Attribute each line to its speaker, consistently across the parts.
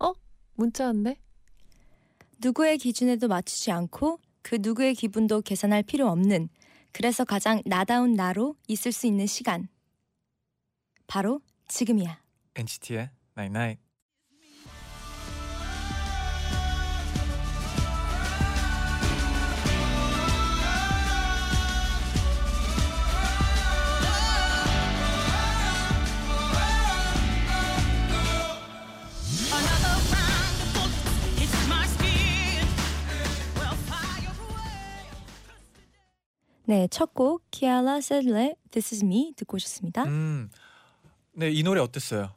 Speaker 1: 어? 문자 왔네.
Speaker 2: 누구의 기준에도 맞추지 않고 그 누구의 기분도 계산할 필요 없는 그래서 가장 나다운 나로 있을 수 있는 시간 바로 지금이야
Speaker 3: NCT의 Night Night.
Speaker 2: 네 첫 곡 키아라 셀레 This Is Me 듣고 오셨습니다
Speaker 3: 음, 네 이 노래 어땠어요?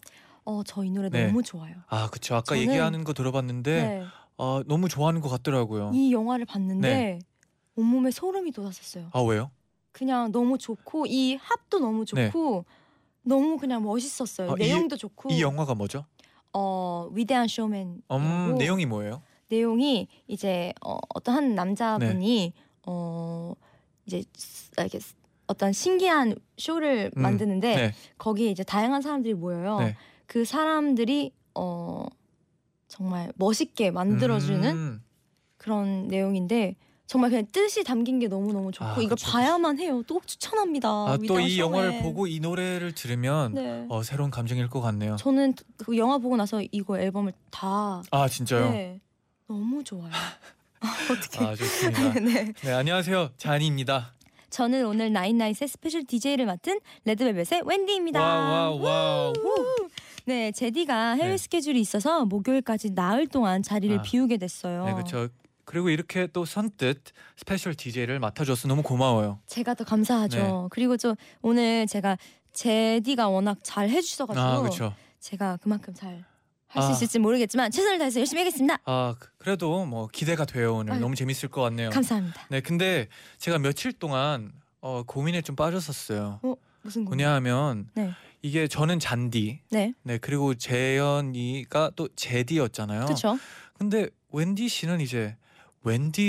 Speaker 2: 어 저 이 노래
Speaker 3: 네.
Speaker 2: 너무 좋아요
Speaker 3: 아 그쵸 아까
Speaker 2: 저는-
Speaker 3: 얘기하는 거 들어봤는데
Speaker 2: 네.
Speaker 3: 아, 너무 좋아하는 것 같더라고요.
Speaker 2: 이 영화를 봤는데
Speaker 3: 어. 네.
Speaker 2: 온몸에 소름이 돋았었어요
Speaker 3: 아 왜요?
Speaker 2: 그냥 너무 좋고 이 합도 너무
Speaker 3: 네.
Speaker 2: 좋고 너무 그냥 멋있었어요
Speaker 3: 아, 이-
Speaker 2: 내용도 좋고
Speaker 3: 이 영화가 뭐죠?
Speaker 2: 어 위대한 쇼맨
Speaker 3: 음 내용이 뭐예요?
Speaker 2: 내용이 이제 어, 어떤 한 남자분이
Speaker 3: 네.
Speaker 2: 어 이제 스- 아, 이렇게 스- 어떤 신기한 쇼를
Speaker 3: 음,
Speaker 2: 만드는데
Speaker 3: 네.
Speaker 2: 거기에 이제 다양한 사람들이 모여요.
Speaker 3: 네.
Speaker 2: 그 사람들이 어 정말 멋있게 만들어주는
Speaker 3: 음,
Speaker 2: 그런 내용인데 정말 그냥 뜻이 담긴 게 너무 너무 좋고
Speaker 3: 아,
Speaker 2: 이걸
Speaker 3: 그쵸,
Speaker 2: 봐야만 해요. 또 추천합니다.
Speaker 3: 아또
Speaker 2: 위대한
Speaker 3: 이 영화를
Speaker 2: 쇼맨.
Speaker 3: 보고 이 노래를 들으면
Speaker 2: 네.
Speaker 3: 어, 새로운 감정일 것 같네요.
Speaker 2: 저는 그 영화 보고 나서 이거 앨범을 다
Speaker 3: 아 진짜요?
Speaker 2: 네, 너무 좋아요. 어떻게?
Speaker 3: 아 좋습니다.
Speaker 2: 네.
Speaker 3: 네 안녕하세요 잔이입니다.
Speaker 2: 저는 오늘 나인나잇의 스페셜 DJ를 맡은 레드벨벳의 웬디입니다.
Speaker 3: 와와와
Speaker 2: 네, 제디가 해외
Speaker 3: 네.
Speaker 2: 스케줄이 있어서 목요일까지 나흘 동안 자리를
Speaker 3: 아.
Speaker 2: 비우게 됐어요.
Speaker 3: 네 그렇죠. 그리고 이렇게 또 선뜻 스페셜 DJ를 맡아줘서 너무 고마워요.
Speaker 2: 제가 더 감사하죠.
Speaker 3: 네.
Speaker 2: 그리고 저 오늘 제가 제디가 워낙 잘 해주셔가지고
Speaker 3: 아 그렇죠.
Speaker 2: 제가 그만큼 잘 할 수
Speaker 3: 아.
Speaker 2: 있을지 모르겠지만 최선을 다해서 열심히 하겠습니다.
Speaker 3: 아 그- 그래도 뭐 기대가 돼요 오늘
Speaker 2: 아유.
Speaker 3: 너무 재밌을 것 같네요.
Speaker 2: 감사합니다.
Speaker 3: 네 근데 제가 며칠 동안 어, 고민에 좀 빠졌었어요.
Speaker 2: 무슨 고민?
Speaker 3: 왜냐하면
Speaker 2: 음. 네.
Speaker 3: 이게 저는 잔디,
Speaker 2: 네,
Speaker 3: 네 그리고 재현이가 또 제디였잖아요.
Speaker 2: 그렇죠.
Speaker 3: 근데 wendy 씨는 이제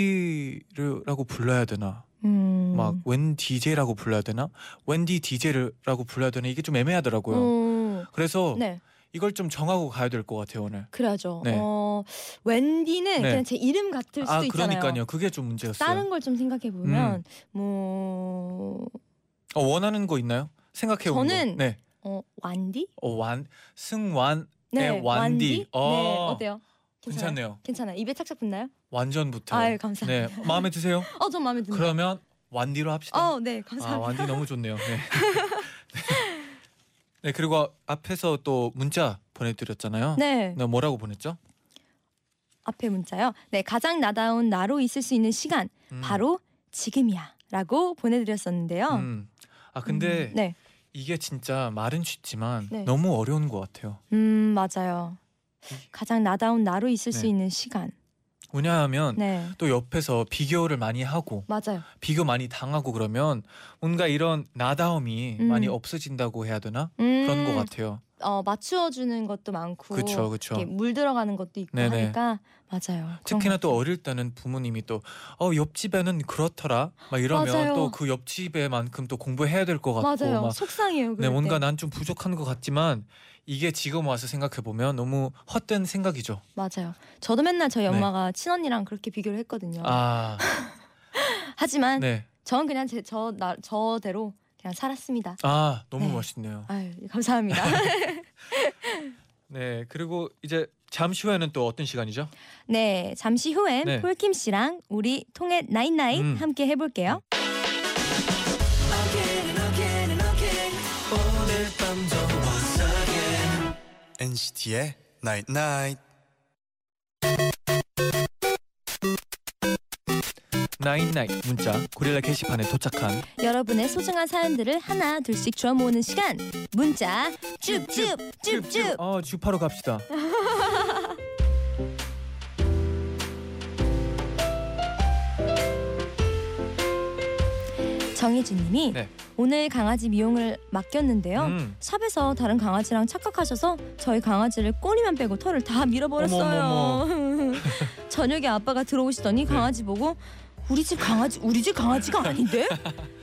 Speaker 3: wendy라고 불러야 되나,
Speaker 2: 음,
Speaker 3: 막 웬디제라고 불러야 되나, 웬디 디제라고 불러야 되나 이게 좀 애매하더라고요.
Speaker 2: 오,
Speaker 3: 그래서
Speaker 2: 음. 네,
Speaker 3: 이걸 좀 정하고 가야 될 것 같아요 오늘.
Speaker 2: 그래야죠.
Speaker 3: 어. 네.
Speaker 2: 어, 웬디는
Speaker 3: 네.
Speaker 2: 그냥 제 이름 같을 수도
Speaker 3: 아
Speaker 2: 있잖아요.
Speaker 3: 그러니까요. 그게 좀 문제였어요. 음.
Speaker 2: 다른 걸 좀 생각해 보면 뭐
Speaker 3: 어, 원하는 거 있나요? 생각해 본
Speaker 2: 저는-
Speaker 3: 거. 네.
Speaker 2: 어, 완디?
Speaker 3: 어, 완 승완 네, 완디.
Speaker 2: 네,
Speaker 3: 어.
Speaker 2: 어때요? 괜찮아요?
Speaker 3: 괜찮네요.
Speaker 2: 괜찮아요. 입에 착착 붙나요?
Speaker 3: 완전부터.
Speaker 2: 아유, 감사합니다.
Speaker 3: 네. 마음에 드세요?
Speaker 2: 어, 좀 마음에 드네요.
Speaker 3: 그러면 완디로 합시다.
Speaker 2: 어, 네,
Speaker 3: 아,
Speaker 2: 감사합니다.
Speaker 3: 완디 너무 좋네요. 네. 네, 그리고 앞에서 또 문자 보내 드렸잖아요.
Speaker 2: 네,
Speaker 3: 뭐라고 보냈죠?
Speaker 2: 앞에 문자요. 네, 가장 나다운 나로 있을 수 있는 시간
Speaker 3: 음,
Speaker 2: 바로 지금이야라고 보내드렸었는데요.
Speaker 3: 음. 아, 근데
Speaker 2: 음, 네,
Speaker 3: 이게 진짜 말은 쉽지만
Speaker 2: 네.
Speaker 3: 너무 어려운 것 같아요.
Speaker 2: 음 맞아요. 가장 나다운 나로 있을
Speaker 3: 네.
Speaker 2: 수 있는 시간.
Speaker 3: 왜냐하면
Speaker 2: 네,
Speaker 3: 또 옆에서 비교를 많이 하고
Speaker 2: 맞아요.
Speaker 3: 비교 많이 당하고 그러면 뭔가 이런 나다움이
Speaker 2: 음.
Speaker 3: 많이 없어진다고 해야 되나?
Speaker 2: 음,
Speaker 3: 그런 것 같아요.
Speaker 2: 어, 맞추어주는 것도 많고,
Speaker 3: 그렇죠, 그렇죠.
Speaker 2: 이렇게 물 들어가는 것도 있고
Speaker 3: 네네.
Speaker 2: 하니까 맞아요. 그런
Speaker 3: 특히나
Speaker 2: 것
Speaker 3: 또 어릴 때는 부모님이 또 어 옆집에는 그렇더라 막
Speaker 2: 맞아요.
Speaker 3: 이러면 또 그 옆집에만큼 또 공부해야 될 것 같고
Speaker 2: 맞아요.
Speaker 3: 막
Speaker 2: 속상해요.
Speaker 3: 네,
Speaker 2: 그럴
Speaker 3: 뭔가
Speaker 2: 때.
Speaker 3: 난 좀 부족한 것 같지만 이게 지금 와서 생각해 보면 너무 헛된 생각이죠.
Speaker 2: 맞아요. 저도 맨날 저희
Speaker 3: 네.
Speaker 2: 엄마가 친언니랑 그렇게 비교를 했거든요.
Speaker 3: 아,
Speaker 2: 하지만
Speaker 3: 네,
Speaker 2: 저는 그냥 제, 저 나, 저대로 그냥 살았습니다.
Speaker 3: 아 너무
Speaker 2: 네.
Speaker 3: 멋있네요.
Speaker 2: 아유, 감사합니다.
Speaker 3: 네, 그리고 이제 잠시 후에는 또 어떤 시간이죠?
Speaker 2: 네, 잠시 후엔
Speaker 3: 네.
Speaker 2: 폴킴 씨랑 우리 통해 나잇나잇
Speaker 3: 음.
Speaker 2: 함께 해볼게요.
Speaker 4: Again and again and again 오늘 밤도 once again
Speaker 5: NCT의 Night Night.
Speaker 3: 나인나이 문자 고릴라 게시판에 도착한
Speaker 2: 여러분의 소중한 사연들을 하나 둘씩 주워 모으는 시간. 문자 줍줍 줍줍.
Speaker 3: 아, 어 주파로 갑시다.
Speaker 2: 정희진님이
Speaker 3: 네.
Speaker 2: 오늘 강아지 미용을 맡겼는데요.
Speaker 3: 음.
Speaker 2: 샵에서 다른 강아지랑 착각하셔서 저희 강아지를 꼬리만 빼고 털을 다 밀어버렸어요. 저녁에 아빠가 들어오시더니
Speaker 3: 네.
Speaker 2: 강아지 보고 우리 집 강아지 우리 집 강아지가 아닌데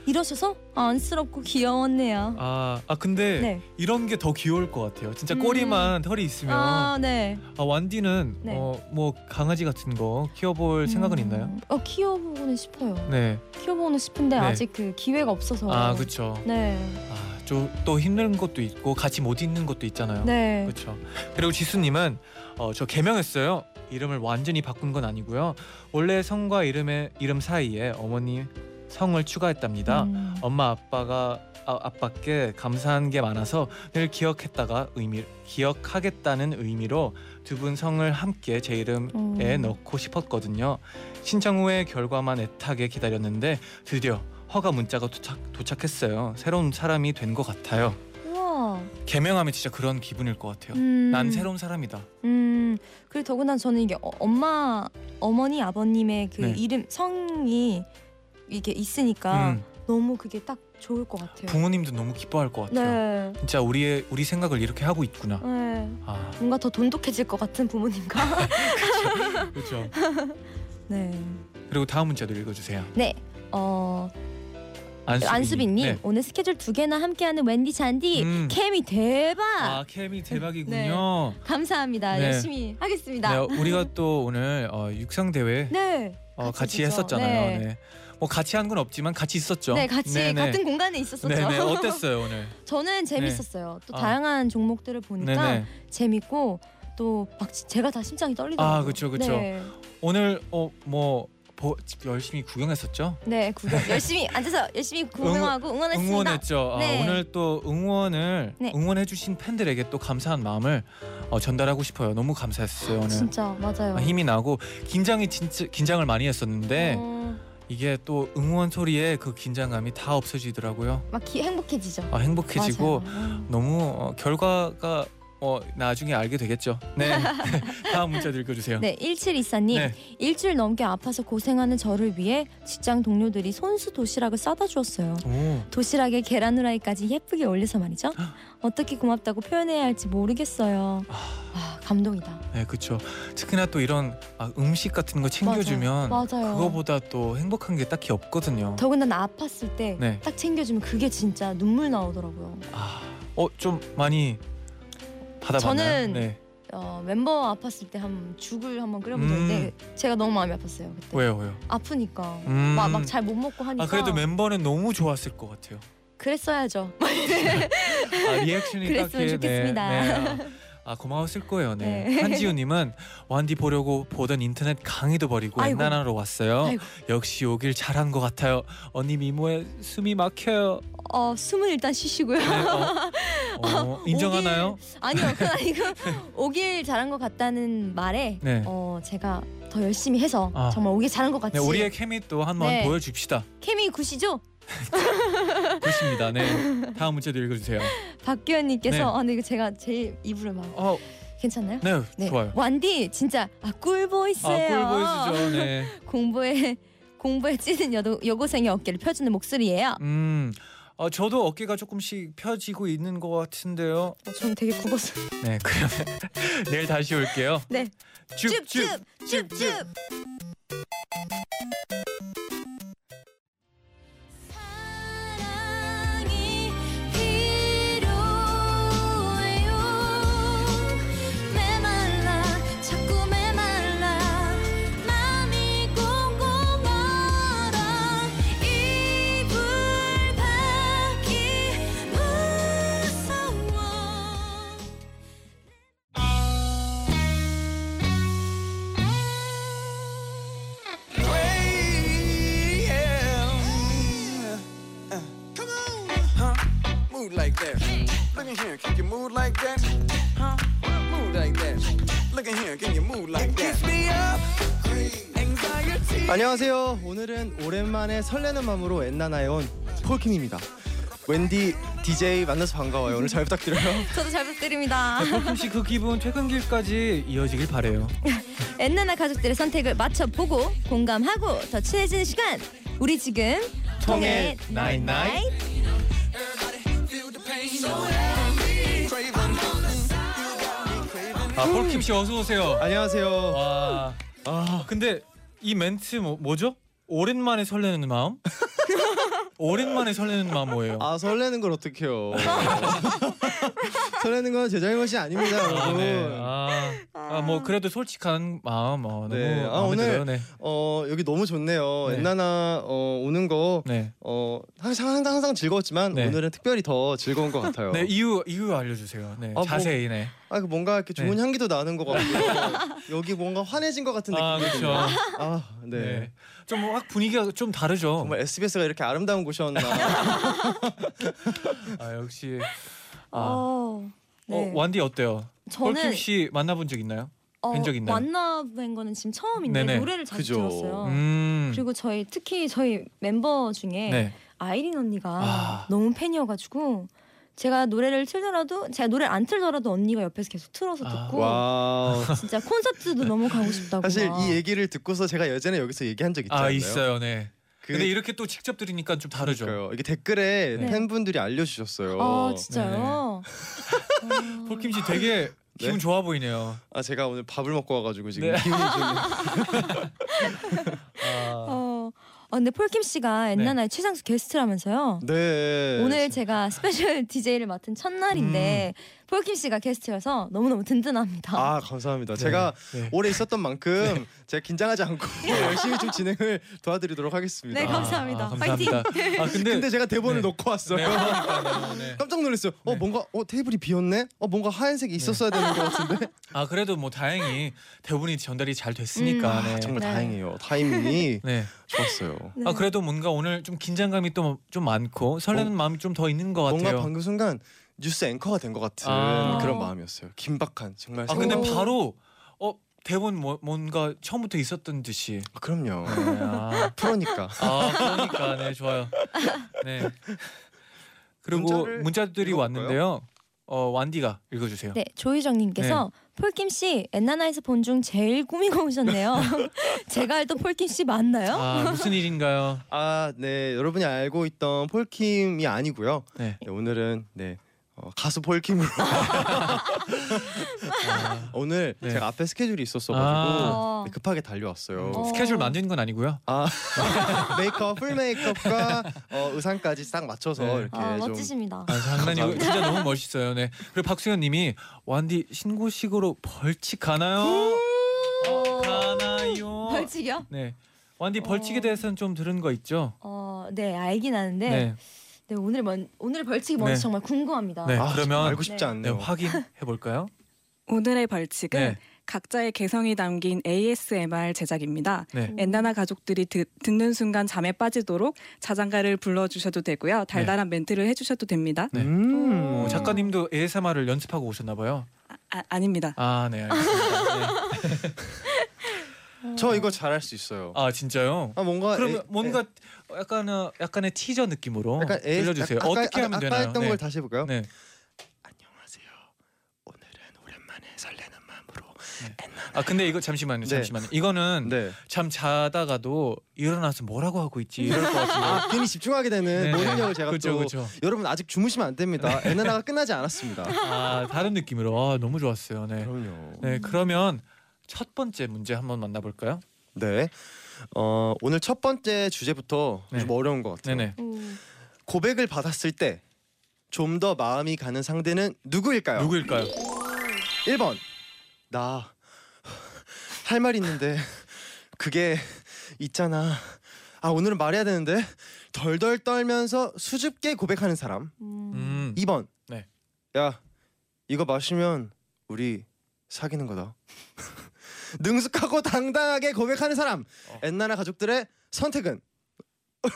Speaker 2: 이러셔서 안쓰럽고 귀여웠네요.
Speaker 3: 아, 아 근데
Speaker 2: 네.
Speaker 3: 이런 게 더 귀여울 것 같아요. 진짜
Speaker 2: 음.
Speaker 3: 꼬리만 털이 있으면 아,
Speaker 2: 아 네.
Speaker 3: 완디는
Speaker 2: 네.
Speaker 3: 어, 뭐 강아지 같은 거 키워볼 생각은
Speaker 2: 음,
Speaker 3: 있나요?
Speaker 2: 어 키워보고는 싶어요.
Speaker 3: 네.
Speaker 2: 키워보는 싶은데
Speaker 3: 네.
Speaker 2: 아직 그 기회가 없어서.
Speaker 3: 아 그렇죠.
Speaker 2: 네.
Speaker 3: 아, 좀 또 힘든 것도 있고 같이 못 있는 것도 있잖아요.
Speaker 2: 네.
Speaker 3: 그렇죠. 그리고 지수님은 어, 저 개명했어요. 이름을 완전히 바꾼 건 아니고요. 원래 성과 이름의 이름 사이에 어머니 성을 추가했답니다.
Speaker 2: 음.
Speaker 3: 엄마 아빠가 아, 아빠께 감사한 게 많아서 늘 기억했다가 의미 기억하겠다는 의미로 두 분 성을 함께 제 이름에
Speaker 2: 음.
Speaker 3: 넣고 싶었거든요. 신청 후에 결과만 애타게 기다렸는데 드디어 허가 문자가 도착, 도착했어요. 새로운 사람이 된 것 같아요.
Speaker 2: 우와.
Speaker 3: 개명하면 진짜 그런 기분일 것 같아요.
Speaker 2: 음.
Speaker 3: 난 새로운 사람이다.
Speaker 2: 음 그리고 더구나 저는 이게 어- 엄마 어머니 아버님의 그
Speaker 3: 네.
Speaker 2: 이름 성이 이게 있으니까
Speaker 3: 음,
Speaker 2: 너무 그게 딱 좋을 것 같아요.
Speaker 3: 부모님도 너무 기뻐할 것 같아요.
Speaker 2: 네.
Speaker 3: 진짜 우리의 우리 생각을 이렇게 하고 있구나.
Speaker 2: 네.
Speaker 3: 아
Speaker 2: 뭔가 더 돈독해질 것 같은 부모님과
Speaker 3: 그렇죠.
Speaker 2: 네.
Speaker 3: 그리고 다음 문자도 읽어주세요.
Speaker 2: 어
Speaker 3: 안수빈님.
Speaker 2: 안수빈님
Speaker 3: 네.
Speaker 2: 오늘 스케줄 두 개나 함께하는 웬디 잔디
Speaker 3: 음.
Speaker 2: 캠이 대박
Speaker 3: 아 케미 대박이군요.
Speaker 2: 네. 감사합니다
Speaker 3: 네.
Speaker 2: 열심히
Speaker 3: 네,
Speaker 2: 하겠습니다.
Speaker 3: 우리가 또 오늘 어, 육상 대회
Speaker 2: 네.
Speaker 3: 어, 같이,
Speaker 2: 같이 있었죠.
Speaker 3: 했었잖아요.
Speaker 2: 네.
Speaker 3: 네. 뭐 같이 한 건 없지만 같이 있었죠.
Speaker 2: 네, 같이 같은 공간에 있었었죠.
Speaker 3: 그렇죠? 네네 어땠어요 오늘?
Speaker 2: 저는 재밌었어요. 또
Speaker 3: 아.
Speaker 2: 다양한 종목들을 보니까
Speaker 3: 네네
Speaker 2: 재밌고 또 막 제가 다 심장이 떨리더라고요.
Speaker 3: 아, 그쵸, 그쵸.
Speaker 2: 네,
Speaker 3: 오늘 어뭐 보- 열심히 구경했었죠?
Speaker 2: 네 구경 열심히 앉아서 열심히 구경하고 응원했습니다.
Speaker 3: 응원했죠.
Speaker 2: 네.
Speaker 3: 아, 오늘 또 응원을
Speaker 2: 네.
Speaker 3: 응원해주신 팬들에게 또 감사한 마음을 어, 전달하고 싶어요. 너무 감사했어요 오늘.
Speaker 2: 진짜 맞아요.
Speaker 3: 아, 힘이 나고 긴장이 진짜 긴장을 많이 했었는데
Speaker 2: 어,
Speaker 3: 이게 또 응원 소리에 그 긴장감이 다 없어지더라고요.
Speaker 2: 막 기, 행복해지죠.
Speaker 3: 아, 행복해지고
Speaker 2: 맞아요.
Speaker 3: 너무 어, 결과가 어, 나중에 알게 되겠죠. 네. 다음 문자 읽어주세요.
Speaker 2: 네, 1724님
Speaker 3: 네.
Speaker 2: 일주일 넘게 아파서 고생하는 저를 위해 직장 동료들이 손수 도시락을 싸다 주었어요.
Speaker 3: 오.
Speaker 2: 도시락에 계란 후라이까지 예쁘게 올려서 말이죠. 어떻게 고맙다고 표현해야 할지 모르겠어요.
Speaker 3: 아,
Speaker 2: 와 감동이다.
Speaker 3: 네, 그렇죠. 특히나 또 이런 아, 음식 같은 거 챙겨주면
Speaker 2: 맞아요. 맞아요.
Speaker 3: 그거보다 또 행복한 게 딱히 없거든요.
Speaker 2: 더군다나 아팠을 때 딱
Speaker 3: 네.
Speaker 2: 챙겨주면 그게 진짜 눈물 나오더라고요.
Speaker 3: 아, 어좀 많이 받아봤나요?
Speaker 2: 저는-
Speaker 3: 네.
Speaker 2: 어, 멤버 아팠을 때 한 죽을 한번 끓여먹었는데 제가 너무 마음이 아팠어요 그때.
Speaker 3: 음. 왜요, 왜요?
Speaker 2: 아프니까
Speaker 3: 음.
Speaker 2: 막 잘 못 먹고 하니까.
Speaker 3: 아 그래도 멤버는 너무 좋았을 것 같아요.
Speaker 2: 그랬어야죠.
Speaker 3: 아, 리액션이
Speaker 2: 그랬으면
Speaker 3: 딱히, 네,
Speaker 2: 좋겠습니다.
Speaker 3: 네, 아, 아, 고마웠을 거예요. 네.
Speaker 2: 네.
Speaker 3: 한지우님은 완디 보려고 보던 인터넷 강의도 버리고
Speaker 2: 아이고.
Speaker 3: 엔나나로 왔어요.
Speaker 2: 아이고.
Speaker 3: 역시 오길 잘한 것 같아요. 언니 미모에 숨이 막혀요.
Speaker 2: 어 숨은 일단 쉬시고요.
Speaker 3: 네, 어, 어, 인정하나요?
Speaker 2: 아니요 그건 아니고 오길 잘한 것 같다는 말에
Speaker 3: 네.
Speaker 2: 어 제가 더 열심히 해서
Speaker 3: 아.
Speaker 2: 정말 오길 잘한 것 같이.
Speaker 3: 네, 우리의 케미 또 한번
Speaker 2: 네.
Speaker 3: 보여줍시다.
Speaker 2: 케미 굿이죠?
Speaker 3: 좋습니다. 네, 다음 문제도 읽어주세요.
Speaker 2: 박규현님께서
Speaker 3: 네.
Speaker 2: 아 근데 이거 제가 제 입으로 막
Speaker 3: 어,
Speaker 2: 괜찮나요?
Speaker 3: 네, 좋아요.
Speaker 2: 완디 진짜 아
Speaker 3: 아,
Speaker 2: 꿀보이스예요.
Speaker 3: 꿀보이스죠. 네,
Speaker 2: 공부에 공부에 찌든 여도, 여고생의 어깨를 펴주는 목소리예요.
Speaker 3: 음, 어, 저도 어깨가 조금씩 펴지고 있는 것 같은데요.
Speaker 2: 어, 저는 되게 굽었어.
Speaker 3: 네, 그러면 내일 다시 올게요.
Speaker 2: 네.
Speaker 3: 쭉쭉.
Speaker 2: 줍줍.
Speaker 6: 사랑이 필요해요 메말라 자꾸 메말라 맘이 공공 얼어 이불 밖이 무서워
Speaker 4: Move like that. Look in here, can you move like that? Huh? Move like that. Look in here, can you move like that?
Speaker 7: 안녕하세요. 오늘은 오랜만에 설레는 마음으로 엔나나에 온 폴킴입니다. wendy DJ 만나서 반가워요. 오늘 잘 부탁드려요.
Speaker 2: 저도 잘 부탁드립니다.
Speaker 3: 조금씩 그 기분 퇴근길까지 이어지길 바래요.
Speaker 2: 엔나나 가족들의 선택을 맞춰보고 공감하고 더 친해지는 시간. 우리 지금
Speaker 3: 통해 나잇나잇
Speaker 5: Craving.
Speaker 2: 음.
Speaker 3: 아 폴킴 씨 어서 오세요.
Speaker 7: 안녕하세요.
Speaker 3: 와. 아 근데 이 멘트 뭐, 뭐죠? 오랜만에 설레는 마음? 오랜만에 설레는 마음 뭐예요?
Speaker 7: 아 설레는 걸 어떡해요. 설레는 건 제 잘못이 아닙니다, 여러분.
Speaker 3: 네. 아뭐 그래도 솔직한 마음 어, 너무
Speaker 7: 네, 아,
Speaker 3: 마음에
Speaker 7: 오늘-
Speaker 3: 들어요. 네.
Speaker 7: 어 여기 너무 좋네요.
Speaker 3: 네.
Speaker 7: 엔나나 어, 오는 거
Speaker 3: 네.
Speaker 7: 어, 항상 항상, 항상 즐거웠지만
Speaker 3: 네.
Speaker 7: 오늘은 특별히 더 즐거운 것 같아요.
Speaker 3: 네 이유 이유 알려주세요. 네
Speaker 7: 아, 뭐-
Speaker 3: 자세히 네.
Speaker 7: 아, 그 뭔가 이렇게 좋은
Speaker 3: 네.
Speaker 7: 향기도 나는 것 같고 여기 뭔가 환해진 것 같은
Speaker 3: 아
Speaker 7: 느낌이
Speaker 3: 그렇죠.
Speaker 7: 듭니다. 아, 네.
Speaker 3: 네. 좀 확 분위기가 좀 다르죠.
Speaker 7: 정말 SBS가 이렇게 아름다운 곳이었나.
Speaker 3: 아 역시. 아.
Speaker 8: 어,
Speaker 3: 어
Speaker 8: 네.
Speaker 3: 완디 어때요?
Speaker 2: 저는
Speaker 3: 폴킴 씨 만나본 적 있나요?
Speaker 2: 어,
Speaker 3: 뵌적 있나요?
Speaker 2: 만나뵌 거는 지금 처음인데
Speaker 3: 네네.
Speaker 2: 노래를 자주
Speaker 7: 그죠.
Speaker 2: 들었어요.
Speaker 3: 음.
Speaker 2: 그리고 저희 특히 저희 멤버 중에
Speaker 3: 네.
Speaker 2: 아이린 언니가
Speaker 3: 아.
Speaker 2: 너무 팬이어가지고 제가 노래를 틀더라도 제가 노래를 안 틀더라도 언니가 옆에서 계속 틀어서
Speaker 3: 아.
Speaker 2: 듣고
Speaker 7: 와.
Speaker 2: 진짜 콘서트도 너무 가고 싶다고
Speaker 7: 사실
Speaker 2: 막.
Speaker 7: 이 얘기를 듣고서 제가 예전에 여기서 얘기한 적 있지 않나요?
Speaker 3: 아 있어요. 네.
Speaker 7: 그,
Speaker 3: 근데 이렇게 또 직접 들으니까 좀 다르죠.
Speaker 7: 그러니까요. 이게 댓글에
Speaker 2: 네.
Speaker 7: 팬분들이 알려주셨어요.
Speaker 2: 아 진짜요? 아.
Speaker 3: 폴킴 씨 되게 기분
Speaker 7: 네?
Speaker 3: 좋아 보이네요.
Speaker 7: 아, 제가 오늘 밥을 먹고 와가지고 지금
Speaker 3: 네.
Speaker 7: 기운이 좀.
Speaker 3: 아, 네.
Speaker 2: 어. 아, 근데 폴킴 씨가 엔나나의 최상수 게스트라면서요?
Speaker 7: 네.
Speaker 2: 오늘 제가 스페셜 DJ를 맡은 첫날인데
Speaker 3: 음.
Speaker 2: 폴킴 씨가 게스트여서 너무너무 든든합니다.
Speaker 7: 아 감사합니다. 제가
Speaker 3: 네.
Speaker 7: 오래 있었던 만큼 제가 긴장하지 않고 열심히 좀 진행을 도와드리도록 하겠습니다.
Speaker 2: 네, 감사합니다.
Speaker 3: 아, 감사합니다. 아 근데,
Speaker 7: 근데 제가 대본을
Speaker 3: 네.
Speaker 7: 놓고 왔어요.
Speaker 3: 네, 그러니까요. 네.
Speaker 7: 깜짝 놀랐어요. 어
Speaker 3: 네.
Speaker 7: 뭔가 어 테이블이 비었네. 어 뭔가 하얀색이 있었어야 되는 것 같은데.
Speaker 3: 아 그래도 뭐 다행히 대본이 전달이 잘 됐으니까.
Speaker 7: 아,
Speaker 3: 네.
Speaker 7: 정말
Speaker 2: 네.
Speaker 7: 다행이에요. 타이밍이
Speaker 3: 네.
Speaker 7: 좋았어요.
Speaker 2: 네.
Speaker 3: 아 그래도 뭔가 오늘 좀 긴장감이 또 좀 많고 설레는 마음이 좀 더 있는 것
Speaker 7: 뭔가
Speaker 3: 같아요.
Speaker 7: 방금 순간 뉴스 앵커가 된 것 같은
Speaker 3: 아.
Speaker 7: 그런 마음이었어요. 긴박한 정말.
Speaker 3: 아 근데
Speaker 7: 생각-
Speaker 3: 바로 어 대본 뭐, 뭔가 처음부터 있었던 듯이.
Speaker 7: 아, 그럼요.
Speaker 3: 네, 아,
Speaker 7: 프로니까.
Speaker 3: 아 그러니까 네 좋아요. 네. 그리고
Speaker 7: 문자를
Speaker 3: 문자들이
Speaker 7: 읽어볼까요?
Speaker 3: 왔는데요. 어 완디가 읽어주세요.
Speaker 2: 네, 조희정님께서
Speaker 3: 네.
Speaker 2: 폴킴 씨 엔나나에서 본 중 제일 꾸미고 오셨네요. 제가 알던 폴킴 씨 맞나요?
Speaker 3: 아 무슨 일인가요?
Speaker 7: 아, 네. 여러분이 알고 있던 폴킴이 아니고요.
Speaker 3: 네.
Speaker 7: 네, 오늘은 네. 어, 가수 폴킴으로
Speaker 3: 아,
Speaker 7: 오늘
Speaker 3: 네.
Speaker 7: 제가 앞에 스케줄이 있었어 가지고 네,
Speaker 2: 어.
Speaker 7: 급하게 달려왔어요.
Speaker 2: 어.
Speaker 3: 스케줄 만드는 건 아니고요.
Speaker 7: 아 메이크업 풀 메이크업과 어, 의상까지 딱 맞춰서
Speaker 3: 네.
Speaker 7: 이렇게
Speaker 2: 아,
Speaker 7: 좀
Speaker 2: 멋지십니다.
Speaker 3: 아, 장난이고 진짜 너무 멋있어요. 네. 그리고 박수현님이 완디 신고식으로 벌칙 가나요? 어, 가나요?
Speaker 2: 음. 벌칙이요?
Speaker 3: 네. 완디 벌칙에
Speaker 2: 어.
Speaker 3: 대해서는 좀 들은 거 있죠?
Speaker 2: 어, 네, 알긴 아는데 네,
Speaker 3: 네.
Speaker 2: 오늘 먼 오늘 벌칙이 뭔지
Speaker 3: 네.
Speaker 2: 정말 궁금합니다.
Speaker 3: 네.
Speaker 7: 아,
Speaker 3: 그러면-
Speaker 7: 알고
Speaker 2: 네.
Speaker 7: 싶지
Speaker 3: 네,
Speaker 7: 않네요.
Speaker 3: 확인해 볼까요?
Speaker 9: 오늘의 벌칙은
Speaker 3: 네.
Speaker 9: 각자의 개성이 담긴 ASMR 제작입니다.
Speaker 3: 네.
Speaker 9: 엔나나 가족들이 듣, 듣는 순간 잠에 빠지도록 자장가를 불러주셔도 되고요. 달달한 멘트를 해주셔도 됩니다.
Speaker 3: 네.
Speaker 7: 음.
Speaker 3: 어, 작가님도 ASMR을 연습하고 오셨나 봐요.
Speaker 9: 아, 아닙니다.
Speaker 3: 아, 네. 알겠습니다. 네.
Speaker 2: 어.
Speaker 7: 저 이거 잘할 수 있어요.
Speaker 3: 아, 진짜요?
Speaker 7: 아 뭔가
Speaker 3: 그러면
Speaker 7: 에-
Speaker 3: 뭔가 약간 어, 약간의 티저 느낌으로
Speaker 7: 약간 에-
Speaker 3: 들려주세요.
Speaker 7: 아까-
Speaker 3: 어떻게
Speaker 7: 아까-
Speaker 3: 하면
Speaker 7: 아까
Speaker 3: 되나요?
Speaker 7: 했던
Speaker 3: 네.
Speaker 7: 걸 다시 해볼까요?
Speaker 3: 네.
Speaker 7: 안녕하세요. 오늘은 오랜만에 설레는 마음으로
Speaker 3: 아 근데 이거 잠시만요.
Speaker 7: 네.
Speaker 3: 잠시만요. 이거는
Speaker 7: 네.
Speaker 3: 잠 자다가도 일어나서 뭐라고 하고 있지 음. 이럴 것 같은데.
Speaker 7: 아, 괜히 집중하게 되는
Speaker 3: 네,
Speaker 7: 모닝력을
Speaker 3: 네.
Speaker 7: 제가
Speaker 3: 그쵸, 네.
Speaker 7: 또
Speaker 3: 그쵸.
Speaker 7: 여러분 아직 주무시면 안 됩니다. 엔나나가 끝나지 않았습니다.
Speaker 3: 아 다른 느낌으로 아, 너무 좋았어요. 네.
Speaker 7: 그럼요.
Speaker 3: 네 그러면 첫 번째 문제 한번 만나볼까요?
Speaker 7: 네. 어, 오늘 첫 번째 주제부터
Speaker 3: 네.
Speaker 7: 좀 어려운 것 같아요.
Speaker 3: 네네.
Speaker 2: 음,
Speaker 7: 고백을 받았을 때 좀 더 마음이 가는 상대는 누구일까요?
Speaker 3: 누구일까요?
Speaker 7: 1번. 나 할 말 있는데 그게 있잖아. 아, 오늘은 말해야 되는데 덜덜 떨면서 수줍게 고백하는 사람.
Speaker 2: 음.
Speaker 3: 음.
Speaker 7: 2번.
Speaker 3: 네.
Speaker 7: 야, 이거 마시면 우리 사귀는 거다. 능숙하고 당당하게 고백하는 사람.
Speaker 3: 어.
Speaker 7: 엔나나 가족들의 선택은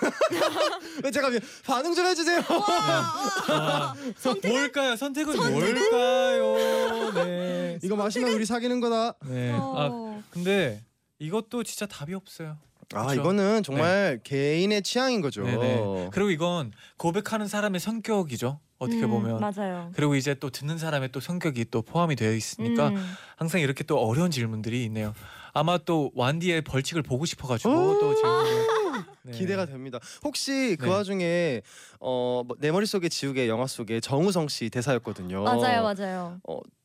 Speaker 7: 왜 제가 반응 좀 해주세요.
Speaker 3: 아, 뭘까요? 선택은, 뭘까요? 네.
Speaker 7: 이거 마시면 우리 사귀는 거다.
Speaker 3: 네. 아
Speaker 2: 어.
Speaker 3: 근데 이것도 진짜 답이 없어요.
Speaker 7: 아
Speaker 3: 그쵸. 네.
Speaker 7: 이거는 정말 개인의 취향인 거죠.
Speaker 3: 네네. 그리고 이건 고백하는 사람의 성격이죠. 어떻게
Speaker 2: 음,
Speaker 3: 보면.
Speaker 2: 맞아요.
Speaker 3: 그리고 이제 또 듣는 사람의 또 성격이 또 포함이 되어 있으니까
Speaker 2: 음.
Speaker 3: 항상 이렇게 또 어려운 질문들이 있네요. 아마 또 완디의 벌칙을 보고 싶어가지고 또 질문 네.
Speaker 7: 기대가 됩니다. 혹시 그
Speaker 3: 네.
Speaker 7: 와중에 어, 뭐내 머릿속에 지우개 영화 속에 정우성 씨 대사였거든요.
Speaker 2: 맞아요,
Speaker 3: 어.
Speaker 2: 맞아요.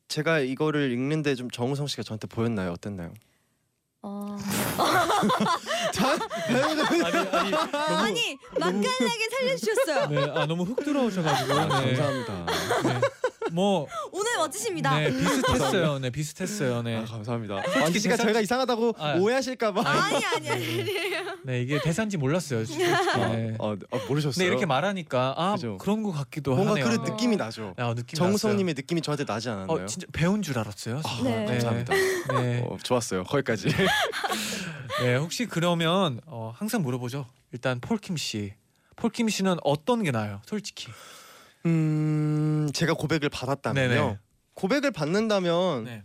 Speaker 7: 제가 이거를 읽는데 좀 정우성 씨가 저한테 보였나요? 어땠나요?
Speaker 2: 어...
Speaker 7: 자, 배우들
Speaker 3: 아니 아니 너무
Speaker 2: 아니 맛깔나게 살려주셨어요.
Speaker 3: 네, 아 너무 훅 들어오셔가지고
Speaker 10: 아,
Speaker 3: 네.
Speaker 10: 감사합니다.
Speaker 3: 네. 뭐
Speaker 2: 오늘 멋지십니다.
Speaker 3: 네, 비슷했어요. 네, 비슷했어요. 네.
Speaker 7: 아, 감사합니다. 완지 씨가
Speaker 3: 대사-
Speaker 7: 저희가 이상하다고
Speaker 3: 아,
Speaker 7: 오해하실까 봐.
Speaker 2: 아니 아니 아니.
Speaker 3: 네, 이게 대사인지 몰랐어요. 진짜. 네.
Speaker 7: 아, 아, 모르셨어요?
Speaker 3: 근데 이렇게 말하니까 아
Speaker 7: 그죠.
Speaker 3: 그런 것 같기도
Speaker 7: 뭔가
Speaker 3: 하네요.
Speaker 7: 그런
Speaker 3: 네.
Speaker 7: 느낌이 나죠.
Speaker 3: 아, 느낌
Speaker 7: 정우성님의 느낌이 저한테 나지 않았나요?
Speaker 3: 어, 진짜 배운 줄 알았어요.
Speaker 7: 아,
Speaker 2: 네.
Speaker 7: 감사합니다.
Speaker 3: 네.
Speaker 7: 어, 좋았어요. 거기까지.
Speaker 3: 네, 혹시 그러면 어, 항상 물어보죠. 일단 폴킴 씨. 폴킴 씨는 어떤 게 나아요? 솔직히.
Speaker 7: 음, 제가 고백을 받았다면요.
Speaker 3: 네네.
Speaker 7: 고백을 받는다면
Speaker 3: 네.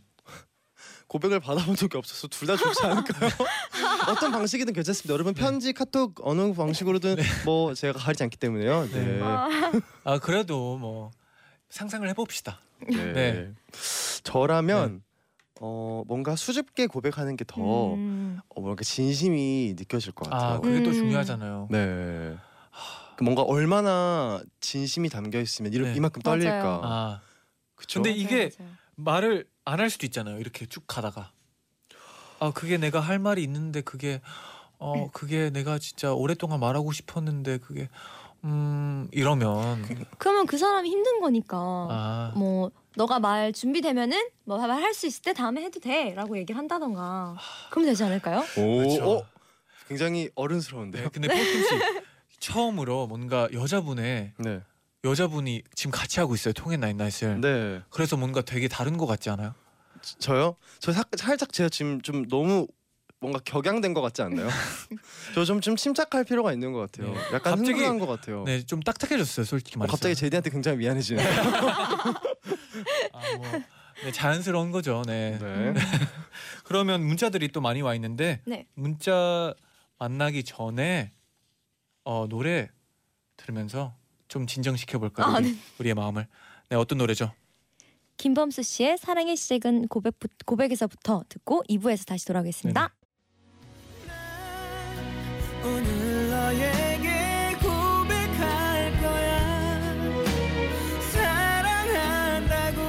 Speaker 7: 고백을 받아본 적이 없어서 둘 다 좋지 않을까요? 어떤 방식이든 괜찮습니다. 여러분
Speaker 3: 네.
Speaker 7: 편지, 카톡 어느 방식으로든 뭐 제가 가리지 않기 때문에요. 네.
Speaker 3: 아, 그래도 뭐 상상을 해 봅시다.
Speaker 7: 네.
Speaker 3: 네.
Speaker 7: 저라면 어 뭔가 수줍게 고백하는 게더
Speaker 2: 음.
Speaker 7: 어, 뭔가 진심이 느껴질 것 같아요.
Speaker 3: 아, 그게 또
Speaker 2: 음.
Speaker 3: 중요하잖아요.
Speaker 7: 네. 그 뭔가 얼마나 진심이 담겨 있으면 이렇
Speaker 3: 네.
Speaker 7: 이만큼
Speaker 2: 맞아요.
Speaker 7: 떨릴까.
Speaker 3: 아,
Speaker 7: 그쵸?
Speaker 3: 근데 이게
Speaker 2: 맞아요, 맞아요.
Speaker 3: 말을 안 할 수도 있잖아요. 이렇게 쭉 가다가. 아, 그게 내가 할 말이 있는데 그게 어, 그게 내가 진짜 오랫동안 말하고 싶었는데 그게 음, 이러면
Speaker 2: 그러면 그 사람이 힘든 거니까
Speaker 3: 아,
Speaker 2: 뭐 너가 말 준비되면은 뭐 말할 수 있을 때 다음에 해도 돼라고 얘기를 한다던가 그럼 되지 않을까요?
Speaker 7: 오,
Speaker 3: 그렇죠.
Speaker 7: 어? 굉장히 어른스러운데요.
Speaker 2: 뭐.
Speaker 3: 네, 근데 폴킴 씨 처음으로 뭔가 여자분의
Speaker 7: 네.
Speaker 3: 여자분이 지금 같이 하고 있어요 통해 나인나잇을
Speaker 7: 네.
Speaker 3: 그래서 뭔가 되게 다른 것 같지 않아요?
Speaker 7: 저- 저요? 저 사, 살짝 제가 지금 좀 너무 뭔가 격양된 것 같지 않나요? 저 좀 좀 침착할 필요가 있는 것 같아요.
Speaker 3: 네.
Speaker 7: 약간
Speaker 3: 갑자기-
Speaker 7: 흥분한 것 같아요.
Speaker 3: 네 좀 딱딱해졌어요 솔직히
Speaker 7: 어,
Speaker 3: 말해서
Speaker 7: 갑자기 제디한테 굉장히 미안해지네.
Speaker 3: 아, 뭐, 네, 자연스러운 거죠 네.
Speaker 7: 네.
Speaker 3: 그러면 문자들이 또 많이 와 있는데
Speaker 2: 네.
Speaker 3: 문자 만나기 전에 어, 노래 들으면서 좀 진정시켜 볼까요
Speaker 2: 아,
Speaker 3: 우리, 우리의 마음을 네 어떤 노래죠?
Speaker 2: 김범수 씨의 사랑의 시작은 고백 고백에서부터 듣고 2부에서 다시 돌아오겠습니다.
Speaker 3: 네네.
Speaker 4: 오늘 너에게 고백할 거야 사랑한다고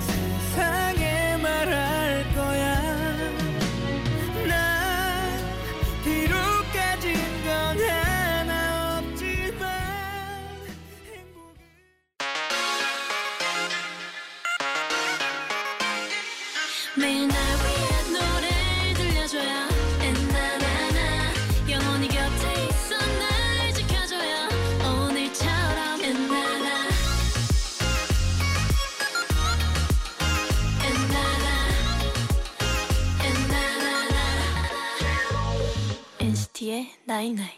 Speaker 4: 세상에 말할 거야 나 비록 가진 건 하나 없지만 행복이
Speaker 11: 매일 날 위한 노래를 들려줘요 엔나나나 영원히 곁에 있어 날 지켜줘요 오늘처럼 엔나나 엔나나 엔나나나 NCT의 나인나인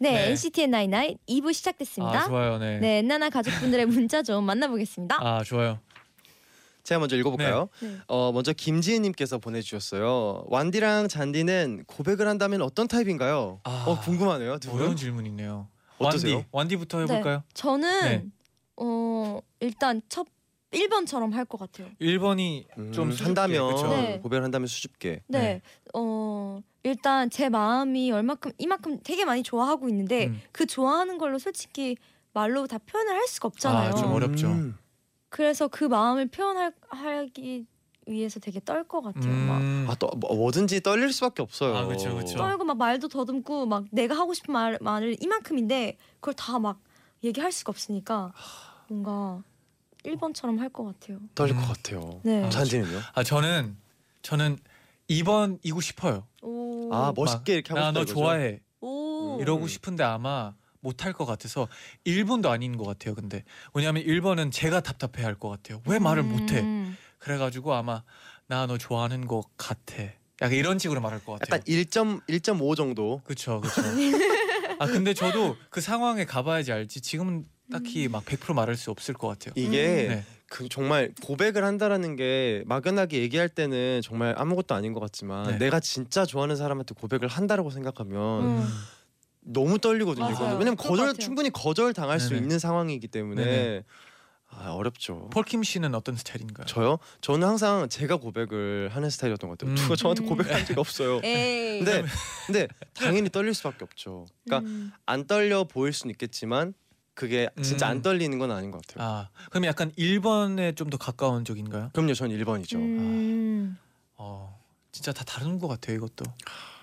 Speaker 2: 네,
Speaker 3: 네.
Speaker 2: NCT의 나이나이 2부
Speaker 3: 아
Speaker 2: 시작됐습니다.
Speaker 3: 좋아요 네.
Speaker 2: 네, 엔나나 가족분들의 문자 좀 만나보겠습니다.
Speaker 3: 아 좋아요.
Speaker 7: 제가 먼저 읽어볼까요?
Speaker 2: 네.
Speaker 7: 어, 먼저 김지혜님께서 보내주셨어요. 완디랑 잔디는 고백을 한다면 어떤 타입인가요?
Speaker 3: 아.
Speaker 7: 어 궁금하네요. 두 분.
Speaker 3: 어려운 질문이네요.
Speaker 7: 어떠세요?
Speaker 3: 완디 완디부터
Speaker 2: 네.
Speaker 3: 해볼까요?
Speaker 2: 저는
Speaker 3: 네.
Speaker 2: 어 일단 첫 1번처럼 할 것 같아요.
Speaker 3: 1번이 좀
Speaker 7: 좀
Speaker 3: 수줍게,
Speaker 7: 음, 한다면
Speaker 3: 그쵸?
Speaker 2: 네.
Speaker 7: 고백을 한다면 수줍게.
Speaker 2: 네, 어 일단 제 마음이 얼마큼 이만큼 되게 많이 좋아하고 있는데
Speaker 3: 음.
Speaker 2: 그 좋아하는 걸로 솔직히 말로 다 표현을 할 수가 없잖아요.
Speaker 3: 아, 좀 어렵죠.
Speaker 7: 음.
Speaker 2: 그래서 그 마음을 표현하기 위해서 되게 떨 것 같아요. 막
Speaker 3: 음.
Speaker 7: 아, 또, 뭐, 뭐든지 떨릴 수밖에 없어요.
Speaker 3: 아, 그쵸, 그쵸.
Speaker 2: 떨고 막 말도 더듬고 막 내가 하고 싶은 말, 말을 이만큼인데 그걸 다 막 얘기할 수가 없으니까 뭔가 1번처럼 할 것 같아요.
Speaker 7: 떨릴
Speaker 3: 음.
Speaker 7: 것 같아요.
Speaker 2: 네.
Speaker 7: 잔디는요?
Speaker 3: 아 저는 저는 2번이고 싶어요.
Speaker 2: 오.
Speaker 7: 아 멋있게 이렇게 하고
Speaker 3: 나 너
Speaker 7: 싶다 이거죠?
Speaker 3: 좋아해
Speaker 2: 오.
Speaker 3: 이러고 싶은데 아마 못할 것 같아서 1번도 아닌 것 같아요. 근데 왜냐하면 1번은 제가 답답해할 것 같아요. 왜 말을 못해?
Speaker 2: 음.
Speaker 3: 그래가지고 아마 나 너 좋아하는 것 같아. 약간 이런 식으로 말할 것 같아요.
Speaker 7: 약간 1점 1.5 정도.
Speaker 3: 그쵸 그쵸. 아 근데 저도 그 상황에 가봐야지 알지. 지금은 딱히 막 100% 말할 수 없을 것 같아요.
Speaker 7: 음. 이게
Speaker 3: 네.
Speaker 7: 그 정말 고백을 한다라는 게 막연하게 얘기할 때는 정말 아무것도 아닌 것 같지만
Speaker 3: 네.
Speaker 7: 내가 진짜 좋아하는 사람한테 고백을 한다라고 생각하면
Speaker 2: 음.
Speaker 7: 너무 떨리거든요.
Speaker 2: 맞아요.
Speaker 7: 이거는. 왜냐면
Speaker 2: 그럴 것
Speaker 7: 거절
Speaker 2: 같아요.
Speaker 7: 충분히 거절 당할 수
Speaker 3: 네네.
Speaker 7: 있는 상황이기 때문에
Speaker 3: 네네.
Speaker 7: 아 아, 어렵죠.
Speaker 3: 폴킴 씨는 어떤 스타일인가요?
Speaker 7: 저요? 저는 항상 제가 고백을 하는 스타일이었던 것 같아요.
Speaker 3: 음.
Speaker 7: 누가 저한테
Speaker 2: 음.
Speaker 7: 고백한 적이 없어요.
Speaker 2: 에이.
Speaker 7: 근데 근데 당연히 떨릴 수밖에 없죠. 그러니까
Speaker 2: 음.
Speaker 7: 안 떨려 보일 수는 있겠지만 그게 진짜
Speaker 3: 음.
Speaker 7: 안 떨리는 건 아닌 것 같아요.
Speaker 3: 아 그럼 약간 1번에 좀 더 가까운 쪽인가요?
Speaker 7: 그럼요, 전 1번이죠.
Speaker 2: 음.
Speaker 3: 어 진짜 다 다른 것 같아요 이것도.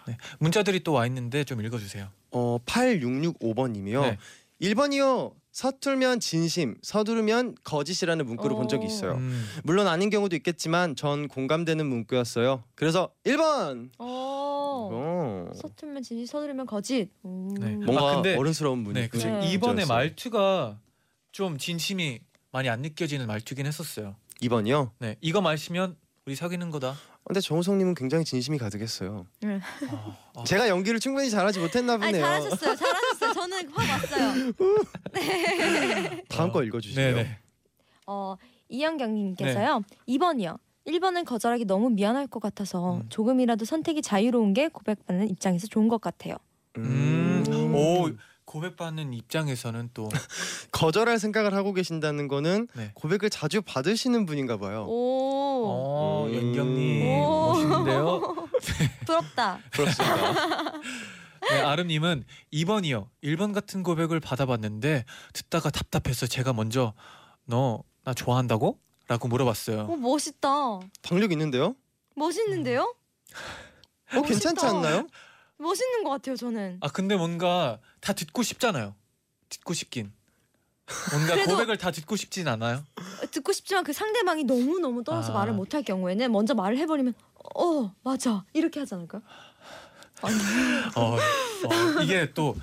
Speaker 3: 네. 문자들이 또 와 있는데 좀 읽어주세요.
Speaker 7: 어, 8665번님이요.
Speaker 3: 네.
Speaker 7: 1번이요. 서툴면 진심, 서두르면 거짓이라는 문구를 본 적이 있어요.
Speaker 3: 음.
Speaker 7: 물론 아닌 경우도 있겠지만 전 공감되는 문구였어요. 그래서 1번.
Speaker 2: 어.
Speaker 7: 어.
Speaker 2: 서툴면 진심 서두르면 거짓. 음.
Speaker 3: 네.
Speaker 7: 뭔가
Speaker 3: 아, 근데-
Speaker 7: 어른스러운 문구.
Speaker 3: 네, 그죠.
Speaker 2: 네.
Speaker 3: 2번의 말투가 좀 진심이 많이 안 느껴지는 말투긴 했었어요.
Speaker 7: 2번이요.
Speaker 3: 네, 이거 마시면 우리 사귀는 거다.
Speaker 7: 근데 정우성님은 굉장히 진심이 가득했어요.
Speaker 3: 어, 어.
Speaker 7: 제가 연기를 충분히 잘하지 못했나
Speaker 2: 아니
Speaker 7: 보네요.
Speaker 2: 잘하셨어요. 잘하셨어요. 저는 확 왔어요.
Speaker 7: 다음 거
Speaker 3: 네,
Speaker 7: 읽어주시죠.
Speaker 3: 네.
Speaker 2: 어, 이현경님께서요. 2번이요. 1번은 거절하기 너무 미안할 것 같아서
Speaker 3: 음.
Speaker 2: 조금이라도 선택이 자유로운 게 고백받는 입장에서 좋은 것 같아요.
Speaker 7: 음,
Speaker 3: 음,
Speaker 2: 음.
Speaker 3: 오 고백받는 입장에서는 또
Speaker 7: 거절할 생각을 하고 계신다는 거는
Speaker 3: 네.
Speaker 7: 고백을 자주 받으시는 분인가 봐요.
Speaker 2: 오,
Speaker 3: 어,
Speaker 7: 음.
Speaker 3: 연경님
Speaker 2: 오.
Speaker 3: 멋있는데요.
Speaker 2: 부럽다.
Speaker 7: 그렇습니다.
Speaker 3: 네, 아름님은 2번이요. 1번 같은 고백을 받아봤는데 듣다가 답답해서 제가 먼저 너 나 좋아한다고? 라고
Speaker 2: 오
Speaker 3: 물어봤어요.
Speaker 2: 멋있다.
Speaker 7: 박력 있는데요?
Speaker 2: 멋있는데요?
Speaker 7: 어, 괜찮지
Speaker 2: 멋있다.
Speaker 7: 않나요?
Speaker 2: 멋있는 것 같아요 저는.
Speaker 3: 아 근데 뭔가 다 듣고 싶잖아요. 듣고 싶긴. 뭔가
Speaker 2: 그래도-
Speaker 3: 고백을 다 듣고 싶진 않아요.
Speaker 2: 듣고 싶지만 그 상대방이 너무 너무 떨어서
Speaker 3: 아.
Speaker 2: 말을 못 할 경우에는 먼저 말을 해버리면 어 맞아 이렇게 하지 않을까요?
Speaker 3: 어, 어, 이게 또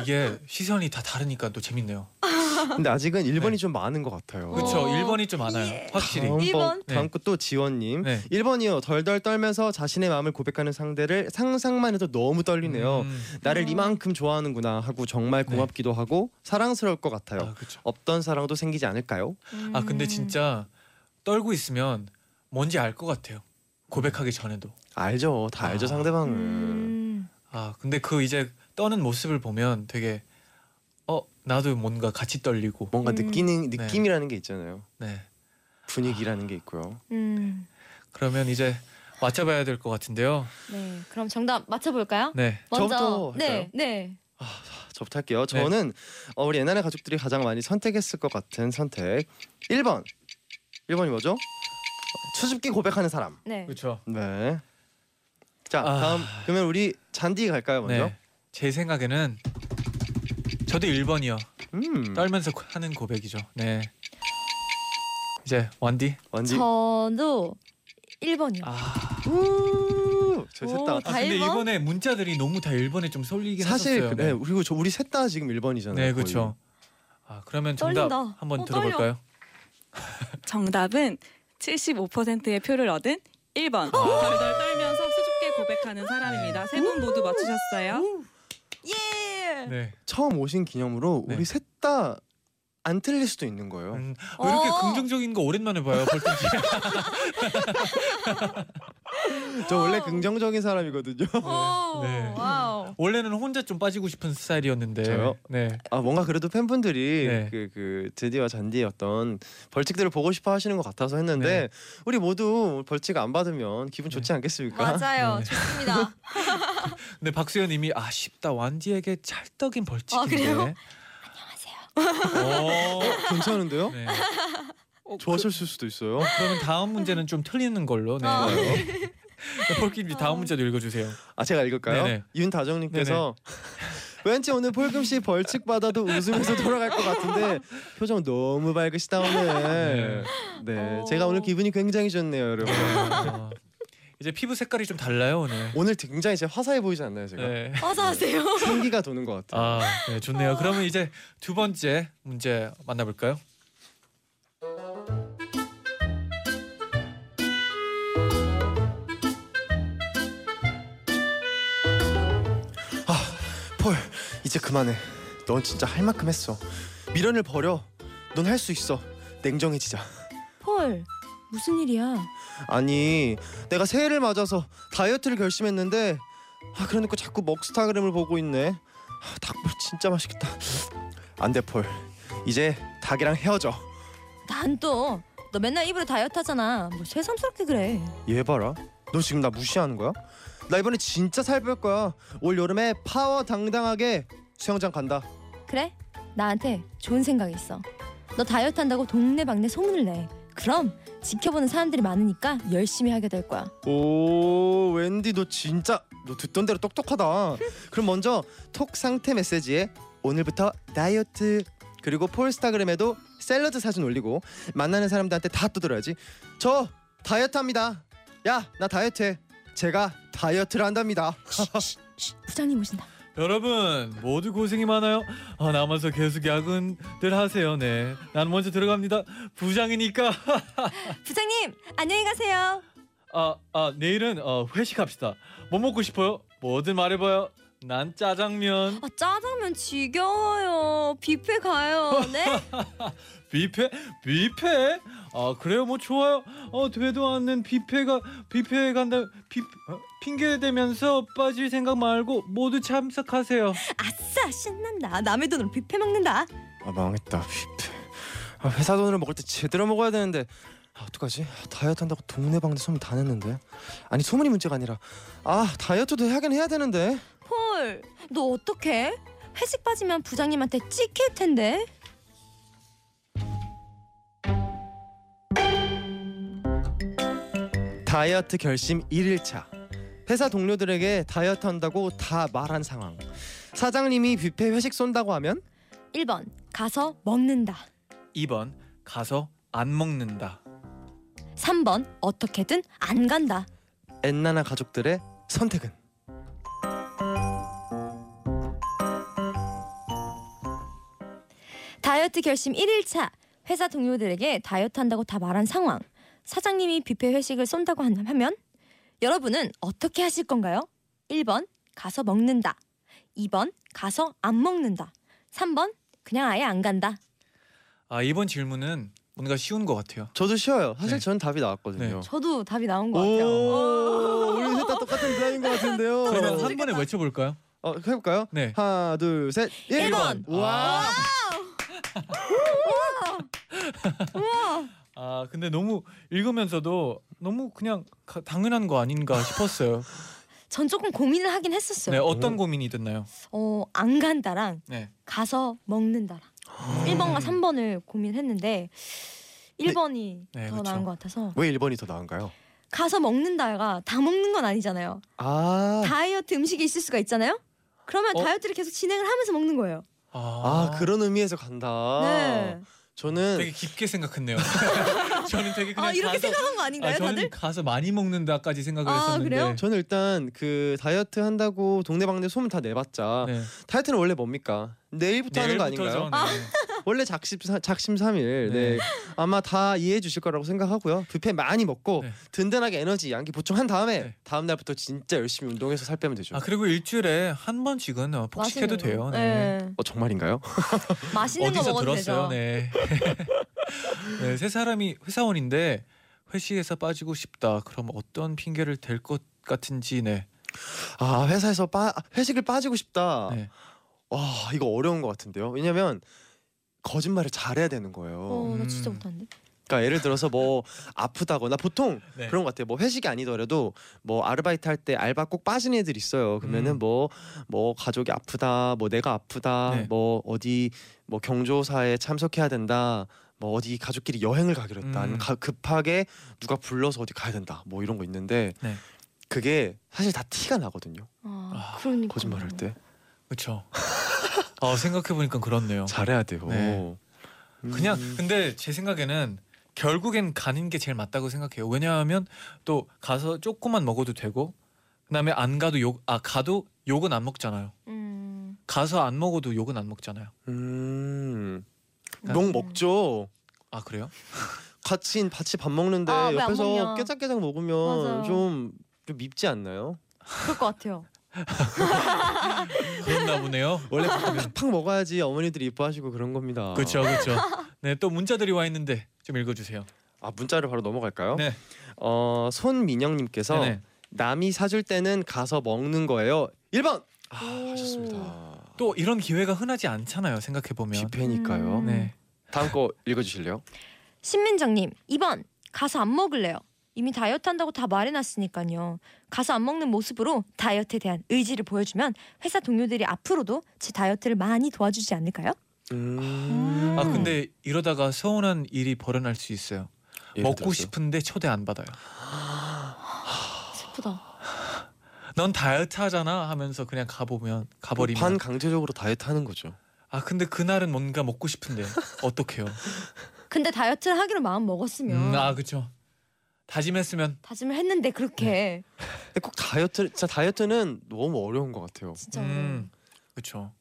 Speaker 3: 이게 시선이 다 다르니까 또 재밌네요.
Speaker 7: 근데 아직은 1번이
Speaker 3: 네.
Speaker 7: 좀 많은 것 같아요.
Speaker 3: 그렇죠.
Speaker 2: 어.
Speaker 3: 1번이 좀 많아요.
Speaker 2: 예.
Speaker 3: 확실히.
Speaker 7: 다음 번
Speaker 2: 일본.
Speaker 7: 다음 거또 지원님.
Speaker 3: 네.
Speaker 7: 1번이요. 덜덜 떨면서 자신의 마음을 고백하는 상대를 상상만 해도 너무 떨리네요.
Speaker 3: 음.
Speaker 7: 나를
Speaker 2: 음.
Speaker 7: 이만큼 좋아하는구나 하고 정말
Speaker 3: 네.
Speaker 7: 고맙기도 하고 사랑스러울 것 같아요.
Speaker 3: 아, 그렇죠.
Speaker 7: 없던 사랑도 생기지 않을까요?
Speaker 3: 아 근데
Speaker 2: 음.
Speaker 3: 진짜 떨고 있으면 뭔지 알 것 같아요. 고백하기 전에도.
Speaker 7: 알죠. 다 알죠
Speaker 3: 아.
Speaker 7: 상대방을.
Speaker 2: 음.
Speaker 3: 아 근데 그 이제 떠는 모습을 보면 되게 어 나도 뭔가 같이 떨리고.
Speaker 7: 뭔가
Speaker 2: 음.
Speaker 7: 느끼는 느낌이라는 게 있잖아요.
Speaker 3: 네.
Speaker 7: 분위기라는
Speaker 3: 아.
Speaker 7: 게 있고요.
Speaker 2: 음.
Speaker 3: 그러면 이제 맞춰봐야 될 것 같은데요.
Speaker 2: 네 그럼 정답 맞춰볼까요?
Speaker 3: 네.
Speaker 2: 먼저
Speaker 7: 저부터
Speaker 2: 네
Speaker 7: 할까요?
Speaker 2: 네.
Speaker 7: 저부터 할게요. 저는 어, 우리 옛날의 가족들이 가장 많이 선택했을 것 같은 선택. 1번. 1번이 뭐죠? 수줍게 고백하는 사람.
Speaker 2: 네.
Speaker 3: 그렇죠.
Speaker 7: 네. 자,
Speaker 3: 아.
Speaker 7: 다음 그러면 우리 잔디 갈까요, 먼저?
Speaker 3: 네. 제 생각에는 저도 1번이요.
Speaker 7: 음.
Speaker 3: 떨면서 고- 하는 고백이죠. 네. 이제 완디.
Speaker 7: 완디.
Speaker 2: 저도 1번이요.
Speaker 3: 아,
Speaker 7: 우! 저희
Speaker 2: 오,
Speaker 7: 셋다
Speaker 3: 아
Speaker 2: 다
Speaker 3: 근데
Speaker 2: 1번?
Speaker 3: 이번에 문자들이 너무 다 1번에 좀 쏠리긴
Speaker 7: 사실
Speaker 3: 했었어요.
Speaker 7: 그- 네. 그리고 저 우리 셋 다 지금 1번이잖아요.
Speaker 3: 네, 그렇죠. 아, 그러면 정답
Speaker 2: 떨린다.
Speaker 3: 한번
Speaker 2: 어,
Speaker 3: 들어볼까요?
Speaker 9: 정답은 75%의 표를 얻은
Speaker 3: 아.
Speaker 9: 1번 덜덜 떨면서 수줍게 고백하는 사람입니다. 세 분 모두 맞추셨어요.
Speaker 2: 예.
Speaker 3: 네.
Speaker 7: 처음 오신 기념으로
Speaker 3: 네.
Speaker 7: 우리 셋 다 안 틀릴 수도 있는 거예요.
Speaker 3: 음, 왜 이렇게
Speaker 2: 어.
Speaker 3: 긍정적인 거 오랜만에 봐요, 벌떡.
Speaker 7: 저 원래 긍정적인 사람이거든요.
Speaker 2: 오,
Speaker 3: 네.
Speaker 2: 와우.
Speaker 3: 원래는 혼자 좀 빠지고 싶은 스타일이었는데.
Speaker 7: 저요?
Speaker 3: 네.
Speaker 7: 아 뭔가 그래도 팬분들이
Speaker 3: 네.
Speaker 7: 그, 그 드디어 잔디의 어떤 벌칙들을 보고 싶어 하시는 것 같아서
Speaker 3: 네.
Speaker 7: 했는데 우리 모두 벌칙 안 받으면 기분 좋지 않겠습니까?
Speaker 2: 맞아요.
Speaker 3: 네.
Speaker 2: 좋습니다.
Speaker 3: 근데 박수현 님이 아쉽다. 완디에게 찰떡인 벌칙인데.
Speaker 2: 아, 그래요?
Speaker 3: 안녕하세요.
Speaker 7: 괜찮은데요? 어,
Speaker 3: 네.
Speaker 7: 좋아하셨을 수도 있어요.
Speaker 3: 그러면 다음 문제는 좀 틀리는 걸로. 네.
Speaker 2: 어.
Speaker 3: 폴킴님 다음 문제도 읽어주세요.
Speaker 7: 아 제가 읽을까요?
Speaker 3: 네네. 네,
Speaker 7: 윤다정님께서 왠지 오늘 폴금 씨 벌칙 받아도 웃으면서 돌아갈 것 같은데 표정 너무 밝으시다 오늘. 네,
Speaker 2: 어.
Speaker 7: 제가 오늘 기분이 굉장히 좋네요, 여러분.
Speaker 3: 어, 이제 피부 색깔이 좀 달라요 오늘.
Speaker 7: 오늘 굉장히 제 화사해 보이지 않나요, 제가?
Speaker 3: 네.
Speaker 2: 어서 하세요.
Speaker 7: 생기가 도는 것 같아요.
Speaker 3: 아, 네, 좋네요. 그러면 이제 두 번째 문제 만나볼까요?
Speaker 7: 폴 이제 그만해 넌 진짜 할 만큼 했어 미련을 버려 넌 할 수 있어 냉정해지자
Speaker 2: 폴, 무슨 일이야?
Speaker 7: 아니 내가 새해를 맞아서 다이어트를 결심했는데 아 그러니까 자꾸 먹스타그램을 보고 있네 아, 닭발 진짜 맛있겠다 안돼 폴 이제 닭이랑 헤어져
Speaker 2: 난 또 너 맨날 입으로 다이어트 하잖아. 뭐 새삼스럽게 그래.
Speaker 7: 얘 봐라. 너 지금 나 무시하는 거야? 나 이번에 진짜 살 뺄 거야. 올 여름에 파워 당당하게 수영장 간다.
Speaker 8: 그래? 나한테 좋은 생각이 있어. 너 다이어트 한다고 동네방네 소문을 내. 그럼 지켜보는 사람들이 많으니까 열심히 하게 될 거야.
Speaker 7: 오 웬디 너 진짜 너 듣던 대로 똑똑하다. 그럼 먼저 톡 상태 메시지에 오늘부터 다이어트 그리고 폴스타그램에도 샐러드 사진 올리고 만나는 사람들한테 다 떠들어야지. 저 다이어트합니다. 야 나 다이어트해. 제가 다이어트를 한답니다.
Speaker 8: 부장님 오신다.
Speaker 3: 여러분 모두 고생이 많아요. 아, 남아서 계속 야근들 하세요. 네, 난 먼저 들어갑니다. 부장이니까.
Speaker 8: 부장님 안녕히 가세요.
Speaker 3: 아, 아 내일은 어, 회식합시다. 뭐 먹고 싶어요? 뭐든 말해봐요. 난 짜장면,
Speaker 2: 아 짜장면 지겨워요. 뷔페 가요. 네?
Speaker 3: 뷔페, 뷔페. 아 그래요, 뭐 좋아요. 어 되도 않는 뷔페가 뷔페에 간다. 뷔 어? 핑계 대면서 빠질 생각 말고 모두 참석하세요.
Speaker 8: 아싸 신난다. 남의 돈으로 뷔페 먹는다.
Speaker 7: 아 망했다 휘트 아, 회사 돈으로 먹을 때 제대로 먹어야 되는데 아, 어떡하지 다이어트 한다고 동네방네 소문 다 냈는데 아니 소문이 문제가 아니라 아 다이어트도 해야긴 해야 되는데
Speaker 8: 폴, 너 어떡해? 회식 빠지면 부장님한테 찍힐 텐데.
Speaker 7: 다이어트 결심 1일차 회사 동료들에게 다이어트 한다고 다 말한 상황 사장님이 뷔페 회식 쏜다고 하면
Speaker 8: 1번 가서 먹는다.
Speaker 3: 2번 가서 안 먹는다.
Speaker 8: 3번 어떻게든 안 간다.
Speaker 7: 엔나나 가족들의 선택은
Speaker 8: 다이어트 결심 1일차 회사 동료들에게 다이어트 한다고 다 말한 상황. 사장님이 뷔페 회식을 쏜다고 한다- 하면 여러분은 어떻게 하실 건가요? 1번 가서 먹는다. 2번 가서 안 먹는다. 3번 그냥 아예 안 간다.
Speaker 3: 아 이번 질문은 뭔가 쉬운 것 같아요.
Speaker 7: 저도 쉬워요
Speaker 3: 네.
Speaker 7: 사실 저는 답이 나왔거든요
Speaker 2: 저도 답이 나온 것 같아요.
Speaker 7: 오 우리 셋 다 똑같은 플랜인 것 같은데요
Speaker 3: 그러면 한 번에 외쳐볼까요?
Speaker 7: 어, 해볼까요?
Speaker 3: 네.
Speaker 7: 하나 둘셋
Speaker 8: 1번.
Speaker 7: 와
Speaker 3: 아 근데 너무 읽으면서도 너무 그냥 가- 당연한 거 아닌가 싶었어요.
Speaker 8: 전 조금 고민을 하긴 했었어요.
Speaker 3: 네 어떤 고민이 됐나요?
Speaker 8: 어, 안 간다랑
Speaker 3: 네.
Speaker 8: 가서 먹는다랑
Speaker 2: 1번과 3번을 고민했는데 1번이
Speaker 3: 네,
Speaker 2: 더
Speaker 3: 그쵸.
Speaker 2: 나은 것 같아서
Speaker 7: 왜 1번이 더 나은가요?
Speaker 2: 가서 먹는다가 다 먹는 건 아니잖아요.
Speaker 7: 아,
Speaker 2: 다이어트 음식이 있을 수가 있잖아요. 그러면
Speaker 3: 어?
Speaker 2: 다이어트를 계속 진행을 하면서 먹는 거예요.
Speaker 7: 아 그런 의미에서
Speaker 3: 아.
Speaker 7: 간다.
Speaker 2: 네.
Speaker 7: 저는
Speaker 3: 되게 깊게 생각했네요. 저는 되게 그냥
Speaker 2: 아
Speaker 3: 가서
Speaker 2: 이렇게 생각한 거
Speaker 3: 아,
Speaker 2: 아닌가요,
Speaker 3: 저는
Speaker 2: 다들?
Speaker 3: 가서 많이 먹는다까지 생각을
Speaker 2: 아,
Speaker 3: 했었는데.
Speaker 2: 그래요?
Speaker 7: 저는 일단 그 다이어트 한다고 동네방네 소문 다 내봤자
Speaker 3: 네.
Speaker 7: 다이어트는 원래 뭡니까? 내일부터 하는 거
Speaker 3: 내일부터 네.
Speaker 7: 아닌가요?
Speaker 3: 저는,
Speaker 7: 원래 작심 사- 작심 삼일.
Speaker 3: 네.
Speaker 7: 네. 아마 다 이해해 주실 거라고 생각하고요. 뷔페 많이 먹고
Speaker 3: 네.
Speaker 7: 든든하게 에너지 양기 보충한 다음에
Speaker 3: 네.
Speaker 7: 다음 날부터 진짜 열심히 운동해서 살 빼면 되죠.
Speaker 3: 아 그리고 일주일에 한 번씩은 어, 폭식해도
Speaker 2: 맛있는
Speaker 3: 돼요.
Speaker 2: 거.
Speaker 3: 네.
Speaker 2: 네.
Speaker 7: 어, 정말인가요?
Speaker 2: 맛있는 거
Speaker 3: 어디서
Speaker 2: 먹어도 되죠.
Speaker 3: 들었어요. 네. 네, 세 사람이 회사원인데 회식에서 빠지고 싶다. 그럼 어떤 핑계를 댈 것 같은지 네.
Speaker 7: 아 회사에서 빠 회식을 빠지고 싶다.
Speaker 3: 네.
Speaker 7: 와 이거 어려운 것 같은데요. 왜냐면 거짓말을 잘해야 되는 거예요.
Speaker 2: 어, 나
Speaker 3: 음.
Speaker 2: 진짜 못하는데.
Speaker 7: 그러니까 예를 들어서 뭐 아프다거나 보통
Speaker 3: 네.
Speaker 7: 그런 것 같아요. 뭐 회식이 아니더라도 뭐 아르바이트 할 때 알바 꼭 빠진 애들 있어요. 그러면은
Speaker 3: 음.
Speaker 7: 뭐 뭐 가족이 아프다, 뭐 내가 아프다,
Speaker 3: 네.
Speaker 7: 뭐 어디 뭐 경조사에 참석해야 된다. 뭐 어디 가족끼리 여행을 가기로 했다.
Speaker 3: 음.
Speaker 7: 아니면 가- 급하게 누가 불러서 어디 가야 된다. 뭐 이런 거 있는데
Speaker 3: 네.
Speaker 7: 그게 사실 다 티가 나거든요.
Speaker 2: 아,
Speaker 3: 아,
Speaker 2: 그러니까.
Speaker 7: 거짓말 할 때.
Speaker 3: 그렇죠. 아 생각해 보니까 그렇네요.
Speaker 7: 잘해야 돼요.
Speaker 3: 네.
Speaker 7: 음.
Speaker 3: 그냥 근데 제 생각에는 결국엔 가는 게 제일 맞다고 생각해요. 왜냐하면 또 가서 조금만 먹어도 되고 그다음에 안 가도 욕 아 가도 욕은 안 먹잖아요.
Speaker 2: 음.
Speaker 3: 가서 안 먹어도 욕은 안 먹잖아요.
Speaker 7: 음. 욕 먹죠.
Speaker 3: 아 그래요?
Speaker 7: 같이 같이 밥 먹는데
Speaker 2: 아, 왜안 먹냐.
Speaker 7: 옆에서 깨작깨작
Speaker 2: 맞아요.
Speaker 7: 먹으면 좀, 좀 밉지 않나요?
Speaker 2: 그럴 것 같아요.
Speaker 3: 그런가 보네요.
Speaker 7: 원래 팍팍 먹어야지 어머니들이 이뻐하시고 그런 겁니다.
Speaker 3: 그렇죠, 그렇죠. 네, 또 문자들이 와 있는데 좀 읽어주세요.
Speaker 7: 아 문자를 바로 넘어갈까요?
Speaker 3: 네.
Speaker 7: 어 손민영님께서
Speaker 3: 네네.
Speaker 7: 남이 사줄 때는 가서 먹는 거예요. 1번 아, 하셨습니다.
Speaker 3: 또 이런 기회가 흔하지 않잖아요. 생각해 보면.
Speaker 7: 뷔페니까요.
Speaker 2: 음.
Speaker 3: 네.
Speaker 7: 다음 거 읽어주실래요?
Speaker 2: 신민정님 2번 가서 안 먹을래요. 이미 다이어트 한다고 다 말해놨으니까요. 가서 안 먹는 모습으로 다이어트에 대한 의지를 보여주면 회사 동료들이 앞으로도 제 다이어트를 많이 도와주지 않을까요? 음.
Speaker 3: 아
Speaker 7: 음.
Speaker 3: 근데 이러다가 서운한 일이 벌어날 수 있어요.
Speaker 7: 예,
Speaker 3: 먹고 싶은데 초대 안 받아요.
Speaker 2: 슬프다.
Speaker 3: 넌 다이어트 하잖아 하면서 그냥 가보면 가버리면
Speaker 7: 반 강제적으로 다이어트 하는 거죠.
Speaker 3: 아 근데 그날은 뭔가 먹고 싶은데 어떡해요?
Speaker 2: 근데 다이어트를 하기로 마음 먹었으면
Speaker 3: 음, 아 그쵸. 다짐했으면
Speaker 2: 다짐을 했는데
Speaker 7: 네.
Speaker 2: 그렇게
Speaker 7: 근데 꼭 다이어트 진짜 다이어트는 너무 어려운 것 같아요.
Speaker 2: 진짜
Speaker 3: 음, 그쵸.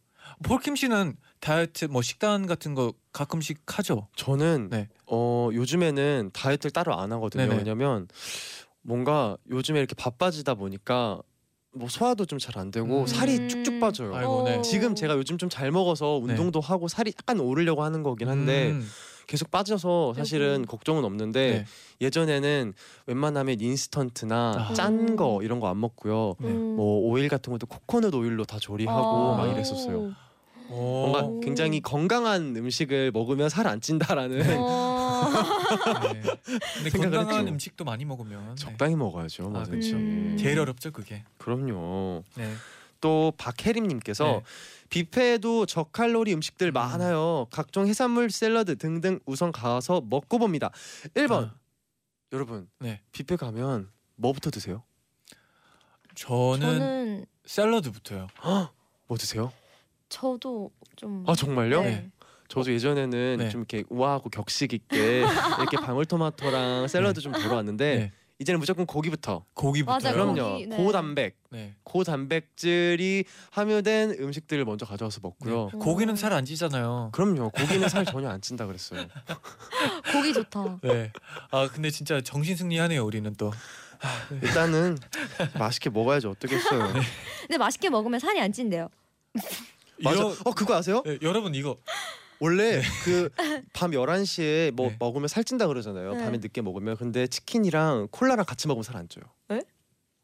Speaker 3: 폴킴 씨는 다이어트 뭐 식단 같은 거 가끔씩 하죠.
Speaker 7: 저는
Speaker 3: 네.
Speaker 7: 어 요즘에는 다이어트를 따로 안 하거든요.
Speaker 3: 네네.
Speaker 7: 왜냐면 뭔가 요즘에 이렇게 바빠지다 보니까 뭐 소화도 좀 잘 안 되고
Speaker 3: 음.
Speaker 7: 살이 쭉쭉 빠져요.
Speaker 3: 아이고,
Speaker 2: 어.
Speaker 3: 네.
Speaker 7: 지금 제가 요즘 좀 잘 먹어서
Speaker 3: 네.
Speaker 7: 운동도 하고 살이 약간 오르려고 하는 거긴 한데
Speaker 3: 음,
Speaker 7: 계속 빠져서 사실은 걱정은 없는데
Speaker 3: 네.
Speaker 7: 예전에는 웬만하면 인스턴트나
Speaker 3: 아.
Speaker 7: 짠 거 이런 거 안 먹고요.
Speaker 2: 음.
Speaker 3: 네.
Speaker 7: 뭐 오일 같은 것도 코코넛 오일로 다 조리하고
Speaker 3: 아.
Speaker 7: 막 이랬었어요.
Speaker 3: 오.
Speaker 7: 뭔가 굉장히 건강한 음식을 먹으면 살 안 찐다라는
Speaker 2: 아,
Speaker 3: 네. 근데
Speaker 7: 생각을
Speaker 3: 건강한
Speaker 7: 했죠.
Speaker 3: 음식도 많이 먹으면 네.
Speaker 7: 적당히 먹어야죠.
Speaker 3: 아,
Speaker 7: 뭐든지.
Speaker 3: 그쵸.
Speaker 2: 음.
Speaker 3: 제일 어렵죠 그게.
Speaker 7: 그럼요.
Speaker 3: 네.
Speaker 7: 또 박혜림님께서
Speaker 3: 네.
Speaker 7: 뷔페에도 저칼로리 음식들 많아요. 각종 해산물 샐러드 등등 우선 가서 먹고 봅니다. 1번
Speaker 3: 아,
Speaker 7: 여러분
Speaker 3: 네.
Speaker 7: 뷔페 가면 뭐부터 드세요?
Speaker 3: 저는,
Speaker 2: 저는
Speaker 3: 샐러드부터요.
Speaker 7: 뭐 드세요?
Speaker 2: 저도 좀
Speaker 7: 아 정말요?
Speaker 2: 네.
Speaker 7: 저도 예전에는
Speaker 3: 네.
Speaker 7: 좀 이렇게 우아하고 격식 있게 이렇게 방울토마토랑 샐러드 좀 들어왔는데
Speaker 3: 네.
Speaker 7: 이제는 무조건 고기부터.
Speaker 3: 고기부터.
Speaker 2: 맞아요.
Speaker 7: 그럼요.
Speaker 2: 고기, 네.
Speaker 7: 고단백,
Speaker 3: 네.
Speaker 7: 고단백질이 함유된 음식들을 먼저 가져와서 먹고요.
Speaker 3: 네. 고기는 살 안 찌잖아요.
Speaker 7: 그럼요. 고기는 살 전혀 안 찐다 그랬어요.
Speaker 2: 고기 좋다.
Speaker 3: 네. 아 근데 진짜 정신 승리하네요 우리는 또.
Speaker 7: 일단은 맛있게 먹어야지 어떻겠어요.
Speaker 3: 네.
Speaker 2: 근데 맛있게 먹으면 살이 안 찐대요.
Speaker 7: 맞아.
Speaker 3: 이런-
Speaker 7: 어 그거 아세요?
Speaker 3: 네, 여러분 이거
Speaker 7: 원래 그 밤 11시에 뭐
Speaker 3: 네.
Speaker 7: 먹으면 살찐다 그러잖아요.
Speaker 2: 네.
Speaker 7: 밤에 늦게 먹으면. 근데 치킨이랑 콜라랑 같이 먹으면 살 안 쪄요.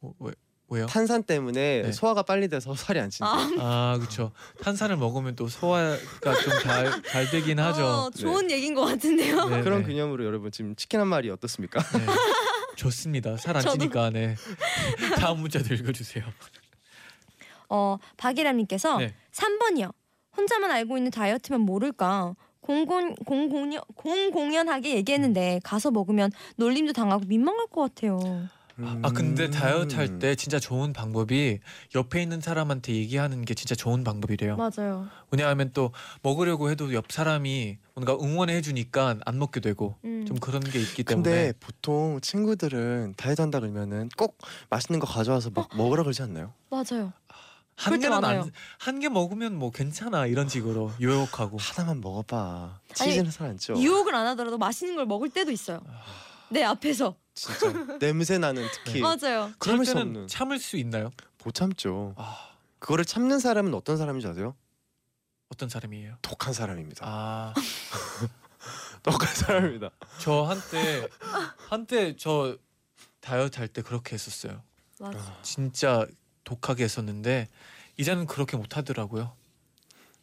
Speaker 3: 어, 왜 왜요?
Speaker 7: 탄산 때문에
Speaker 3: 네.
Speaker 7: 소화가 빨리 돼서 살이 안 찐다.
Speaker 2: 아,
Speaker 3: 아 그렇죠. 탄산을 먹으면 또 소화가 좀 잘 잘 되긴
Speaker 2: 어,
Speaker 3: 하죠.
Speaker 2: 좋은 얘기인 것 같은데요.
Speaker 3: 네,
Speaker 7: 그런
Speaker 3: 네.
Speaker 7: 개념으로 여러분 지금 치킨 한 마리 어떻습니까?
Speaker 3: 네. 좋습니다. 살 안
Speaker 2: 저도-
Speaker 3: 찌니까 네. 다음 문자도 읽어주세요.
Speaker 2: 어, 박이람님께서
Speaker 3: 네.
Speaker 2: 3번이요. 혼자만 알고 있는 다이어트면 모를까. 공공 공공연 공공연하게 얘기했는데 가서 먹으면 놀림도 당하고 민망할 것 같아요.
Speaker 7: 음.
Speaker 3: 아 근데 다이어트 할 때 진짜 좋은 방법이 옆에 있는 사람한테 얘기하는 게 진짜 좋은 방법이래요.
Speaker 2: 맞아요.
Speaker 3: 왜냐하면 또 먹으려고 해도 옆 사람이 뭔가 응원해 주니까 안 먹게 되고
Speaker 2: 음.
Speaker 3: 좀 그런 게 있기
Speaker 7: 근데
Speaker 3: 때문에
Speaker 7: 보통 친구들은 다이어트 한다 그러면은 꼭 맛있는 거 가져와서 막 먹으라 그러지 않나요?
Speaker 2: 맞아요.
Speaker 3: 한
Speaker 2: 그럴 때
Speaker 3: 개는
Speaker 2: 많아요.
Speaker 3: 안한 개 먹으면 뭐 괜찮아 이런 식으로 유혹하고
Speaker 7: 하나만 먹어봐.
Speaker 2: 아니,
Speaker 7: 치즈는 살 안 쪄.
Speaker 2: 유혹을 안 하더라도 맛있는 걸 먹을 때도 있어요. 내 앞에서.
Speaker 7: 진짜 냄새 나는 특히
Speaker 2: 맞아요.
Speaker 3: 그럴
Speaker 7: 어, 참을 수
Speaker 3: 때는
Speaker 7: 없는.
Speaker 3: 참을 수 있나요?
Speaker 7: 못 참죠.
Speaker 3: 아
Speaker 7: 그거를 참는 사람은 어떤 사람인지 아세요?
Speaker 3: 어떤 사람이에요?
Speaker 7: 독한 사람입니다.
Speaker 3: 아
Speaker 7: 독한 사람입니다.
Speaker 3: 저 한때 한때 저 다이어트 할 때 그렇게 했었어요.
Speaker 2: 맞아.
Speaker 3: 진짜 독하게 했었는데 이제는 그렇게 못 하더라고요.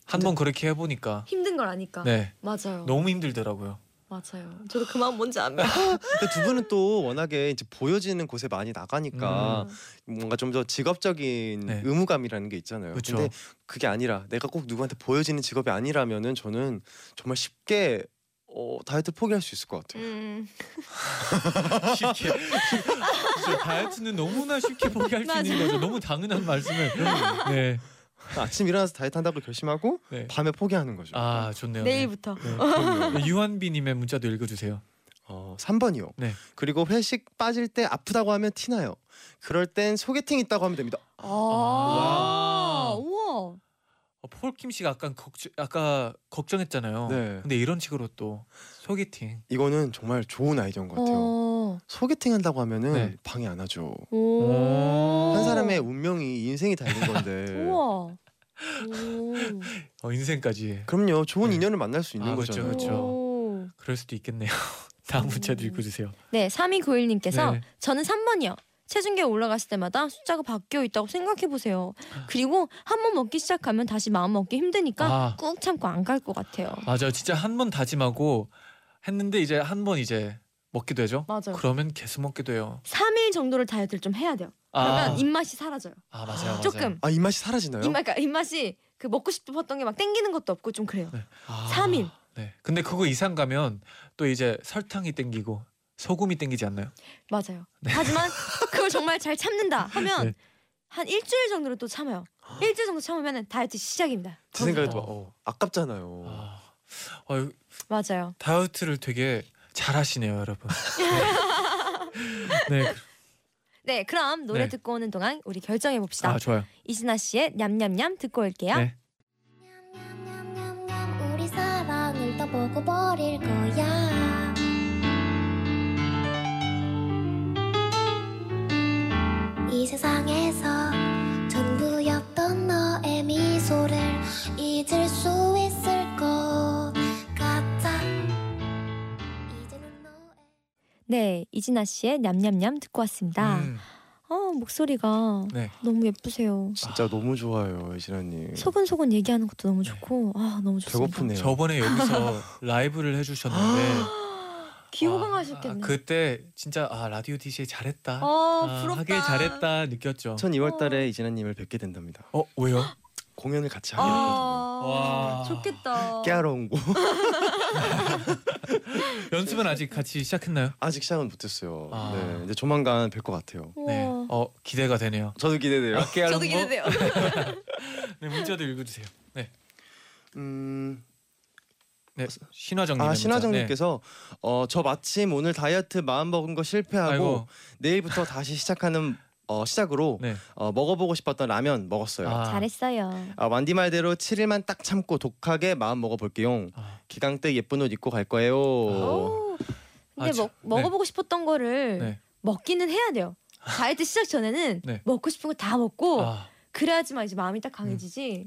Speaker 3: 한
Speaker 7: 근데-
Speaker 3: 번 그렇게 해보니까
Speaker 2: 힘든 걸 아니까.
Speaker 3: 네
Speaker 2: 맞아요.
Speaker 3: 너무 힘들더라고요.
Speaker 2: 맞아요. 저도 그 마음 뭔지 압니다.
Speaker 7: 근데 두 분은 또 워낙에 이제 보여지는 곳에 많이 나가니까 뭔가 좀 더 직업적인
Speaker 3: 네.
Speaker 7: 의무감이라는 게 있잖아요.
Speaker 3: 그쵸.
Speaker 7: 근데 음. 그게 아니라 내가 꼭 누구한테 보여지는 직업이 아니라면은 저는 정말 쉽게 어, 다이어트 포기할 수 있을 것 같아요.
Speaker 2: 음.
Speaker 3: 쉽게 진짜 다이어트는 너무나 쉽게 포기할 수 있는 거죠. 너무 당연한 말씀을 네.
Speaker 7: 아침 일어나서 다이어트 한다고 결심하고
Speaker 3: 네.
Speaker 7: 밤에 포기하는 거죠.
Speaker 3: 아 좋네요. 네.
Speaker 2: 내일부터.
Speaker 3: 네, 유한비님의 문자도 읽어주세요.
Speaker 7: 어, 3번이요.
Speaker 3: 네.
Speaker 7: 그리고 회식 빠질 때 아프다고 하면 티나요. 그럴 땐 소개팅 있다고 하면 됩니다.
Speaker 2: 아. 우와.
Speaker 3: 어, 폴킴 씨가 아까 걱정 아까 걱정했잖아요.
Speaker 7: 네.
Speaker 3: 근데 이런 식으로 또 소개팅.
Speaker 7: 이거는 정말 좋은 아이디어인 것 같아요.
Speaker 2: 어.
Speaker 7: 소개팅 한다고 하면은
Speaker 3: 네.
Speaker 7: 방해 안 하죠.
Speaker 2: 오.
Speaker 7: 한 사람의 운명이 인생이 달린 건데.
Speaker 2: 어. 네. 우와.
Speaker 3: 어, 인생까지
Speaker 7: 그럼요. 좋은
Speaker 3: 네.
Speaker 7: 인연을 만날 수 있는
Speaker 3: 아, 그렇죠,
Speaker 7: 거잖아요.
Speaker 3: 그렇죠. 그럴 수도 있겠네요. 다음 문자도
Speaker 2: 음.
Speaker 3: 읽어주세요.
Speaker 2: 네, 3291님께서
Speaker 3: 네.
Speaker 2: 저는 3번이요. 체중계 올라갔을 때마다 숫자가 바뀌어 있다고 생각해 보세요. 그리고 한 번 먹기 시작하면 다시 마음 먹기 힘드니까
Speaker 3: 아.
Speaker 2: 꾹 참고 안 갈 것 같아요.
Speaker 3: 맞아요. 진짜 한 번 다짐하고 했는데 이제 한 번 이제 먹게 되죠.
Speaker 2: 맞아요.
Speaker 3: 그러면 계속 먹게 돼요.
Speaker 2: 3일 정도를 다이어트를 좀 해야 돼요.
Speaker 3: 아,
Speaker 2: 그러면 입맛이 사라져요.
Speaker 3: 아 맞아요, 맞아요.
Speaker 2: 조금.
Speaker 7: 아 입맛이 사라지나요?
Speaker 2: 입맛 그러니까 입맛이 그 먹고 싶었던 게 막 땡기는 것도 없고 좀 그래요.
Speaker 7: 아.
Speaker 2: 3일.
Speaker 3: 네. 근데 그거 이상 가면 또 이제 설탕이 땡기고 소금이 땡기지 않나요?
Speaker 2: 맞아요. 하지만 그걸 정말 잘 참는다 하면
Speaker 3: 네.
Speaker 2: 한 일주일 정도를 또 참아요. 일주일 정도 참으면 다이어트 시작입니다.
Speaker 7: 제 생각에도
Speaker 3: 어.
Speaker 7: 어, 아깝잖아요.
Speaker 3: 아, 어,
Speaker 2: 맞아요.
Speaker 3: 다이어트를 되게 잘하시네요, 여러분. 네. 네.
Speaker 2: 네, 그럼 노래
Speaker 3: 네.
Speaker 2: 듣고 오는 동안 우리 결정해 봅시다.
Speaker 3: 아 좋아요.
Speaker 2: 이진아 씨의 냠냠냠 듣고 올게요.
Speaker 3: 네.
Speaker 11: 냠냠냠냠냠 우리 사랑을 다 보고 버릴 거야 이 세상에서 전부였던 너의 미소를 잊을 수 있을 것 같아 이제는 너의
Speaker 2: 네, 이진아 씨의 냠냠냠 듣고 왔습니다.
Speaker 3: 음,
Speaker 2: 어, 목소리가
Speaker 3: 네.
Speaker 2: 너무 예쁘세요.
Speaker 7: 진짜 너무 좋아요, 이진아님.
Speaker 2: 소근소근 얘기하는 것도 너무
Speaker 3: 네.
Speaker 2: 좋고 아 너무 좋습니다.
Speaker 7: 네. 배고프네요.
Speaker 3: 저번에 여기서 라이브를 해주셨는데
Speaker 2: 아, 기호강하셨겠네.
Speaker 3: 아, 그때 진짜 아 라디오 DJ 잘했다.
Speaker 2: 아,
Speaker 3: 아,
Speaker 2: 부럽다.
Speaker 3: 하길 잘했다 느꼈죠.
Speaker 7: 전
Speaker 2: 어.
Speaker 7: 2월달에 이진아님을 뵙게 된답니다.
Speaker 3: 어 왜요?
Speaker 7: 공연을 같이 하게 되거든요.
Speaker 2: 아,
Speaker 3: 와.
Speaker 2: 좋겠다.
Speaker 7: 깨하러 온고
Speaker 3: 연습은 아직 같이 시작했나요?
Speaker 7: 아직 시작은 못했어요.
Speaker 3: 아.
Speaker 7: 네, 이제 조만간 뵐 것 같아요.
Speaker 2: 우와.
Speaker 3: 네. 어 기대가 되네요.
Speaker 7: 저도 기대돼요.
Speaker 3: 어깨 알고
Speaker 2: 저도 기대돼요.
Speaker 3: 네 문자도 읽어주세요. 네.
Speaker 7: 음,
Speaker 3: 네. 신화정님.
Speaker 7: 아
Speaker 3: 네.
Speaker 7: 신하정님께서 어, 저 마침 오늘 다이어트 마음 먹은 거 실패하고
Speaker 3: 아이고.
Speaker 7: 내일부터 다시 시작하는 어, 시작으로
Speaker 3: 네.
Speaker 7: 어, 먹어보고 싶었던 라면 먹었어요. 아.
Speaker 3: 아,
Speaker 2: 잘했어요.
Speaker 7: 완디 말대로 7일만 딱 참고 독하게 마음 먹어볼게요.
Speaker 3: 아,
Speaker 7: 기강 때 예쁜 옷 입고 갈 거예요.
Speaker 2: 오. 근데
Speaker 3: 아, 저-
Speaker 2: 먹, 먹어보고 싶었던 거를
Speaker 3: 네.
Speaker 2: 먹기는 해야 돼요. 다이어트 시작 전에는
Speaker 3: 네.
Speaker 2: 먹고 싶은 거 다 먹고
Speaker 3: 아,
Speaker 2: 그래야지만 이제 마음이 딱 강해지지.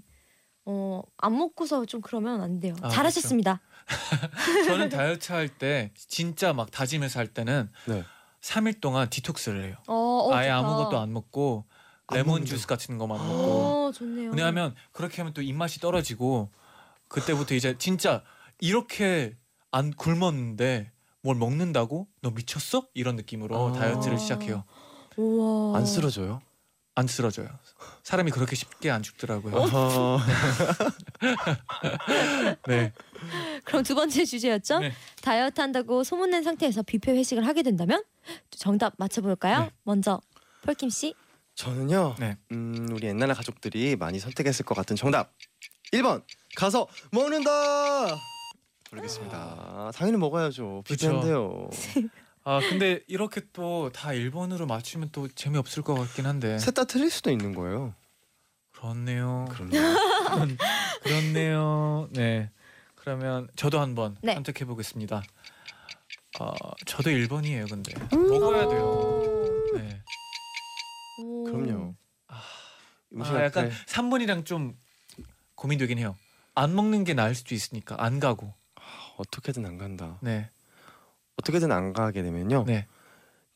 Speaker 2: 어, 안 먹고서 좀 그러면 안 돼요.
Speaker 3: 아,
Speaker 2: 잘하셨습니다.
Speaker 3: 저는 다이어트 할 때 진짜 막 다짐해서 할 때는
Speaker 7: 네.
Speaker 3: 3일 동안 디톡스를 해요.
Speaker 2: 어, 어,
Speaker 3: 아예
Speaker 2: 좋다.
Speaker 3: 아무것도 안 먹고
Speaker 7: 안
Speaker 3: 레몬
Speaker 7: 먹는다.
Speaker 3: 주스 같은 것만 먹고
Speaker 2: 어, 좋네요.
Speaker 3: 왜냐하면 그렇게 하면 또 입맛이 떨어지고 그때부터 이제 진짜 이렇게 안 굶었는데 뭘 먹는다고 너 미쳤어 이런 느낌으로
Speaker 7: 아.
Speaker 3: 다이어트를 시작해요 아.
Speaker 2: 우와.
Speaker 7: 안 쓰러져요?
Speaker 3: 안 쓰러져요 사람이 그렇게 쉽게 안 죽더라고요
Speaker 2: 어?
Speaker 7: 아하.
Speaker 3: 네
Speaker 2: 그럼 두 번째 주제였죠.
Speaker 3: 네.
Speaker 2: 다이어트 한다고 소문낸 상태에서 뷔페 회식을 하게 된다면 정답 맞춰볼까요?
Speaker 3: 네.
Speaker 2: 먼저 폴킴 씨.
Speaker 7: 저는요.
Speaker 3: 네.
Speaker 7: 음, 우리 옛날 가족들이 많이 선택했을 것 같은 정답. 1번 가서 먹는다. 모르겠습니다. 당연히 먹어야죠.
Speaker 3: 아. 그쵸.
Speaker 7: 비싼데요.
Speaker 3: 아 근데 이렇게 또 다 일본으로 맞추면 또 재미없을 것 같긴 한데
Speaker 7: 셋 다 틀릴 수도 있는 거예요. 아.
Speaker 3: 그렇네요
Speaker 7: 그럼요.
Speaker 3: 그렇네요 네 그러면 저도 한번
Speaker 2: 네.
Speaker 3: 선택해 보겠습니다 아 저도 1번이에요 근데 먹어야 돼요 네.
Speaker 7: 음.
Speaker 2: 오.
Speaker 7: 그럼요. 음식
Speaker 3: 아, 약간
Speaker 7: 앞에
Speaker 3: 3번이랑 좀 고민되긴 해요. 안 먹는 게 나을 수도 있으니까 안 가고.
Speaker 7: 어떻게든 안 간다.
Speaker 3: 네.
Speaker 7: 어떻게든 안 가게 되면요.
Speaker 3: 네.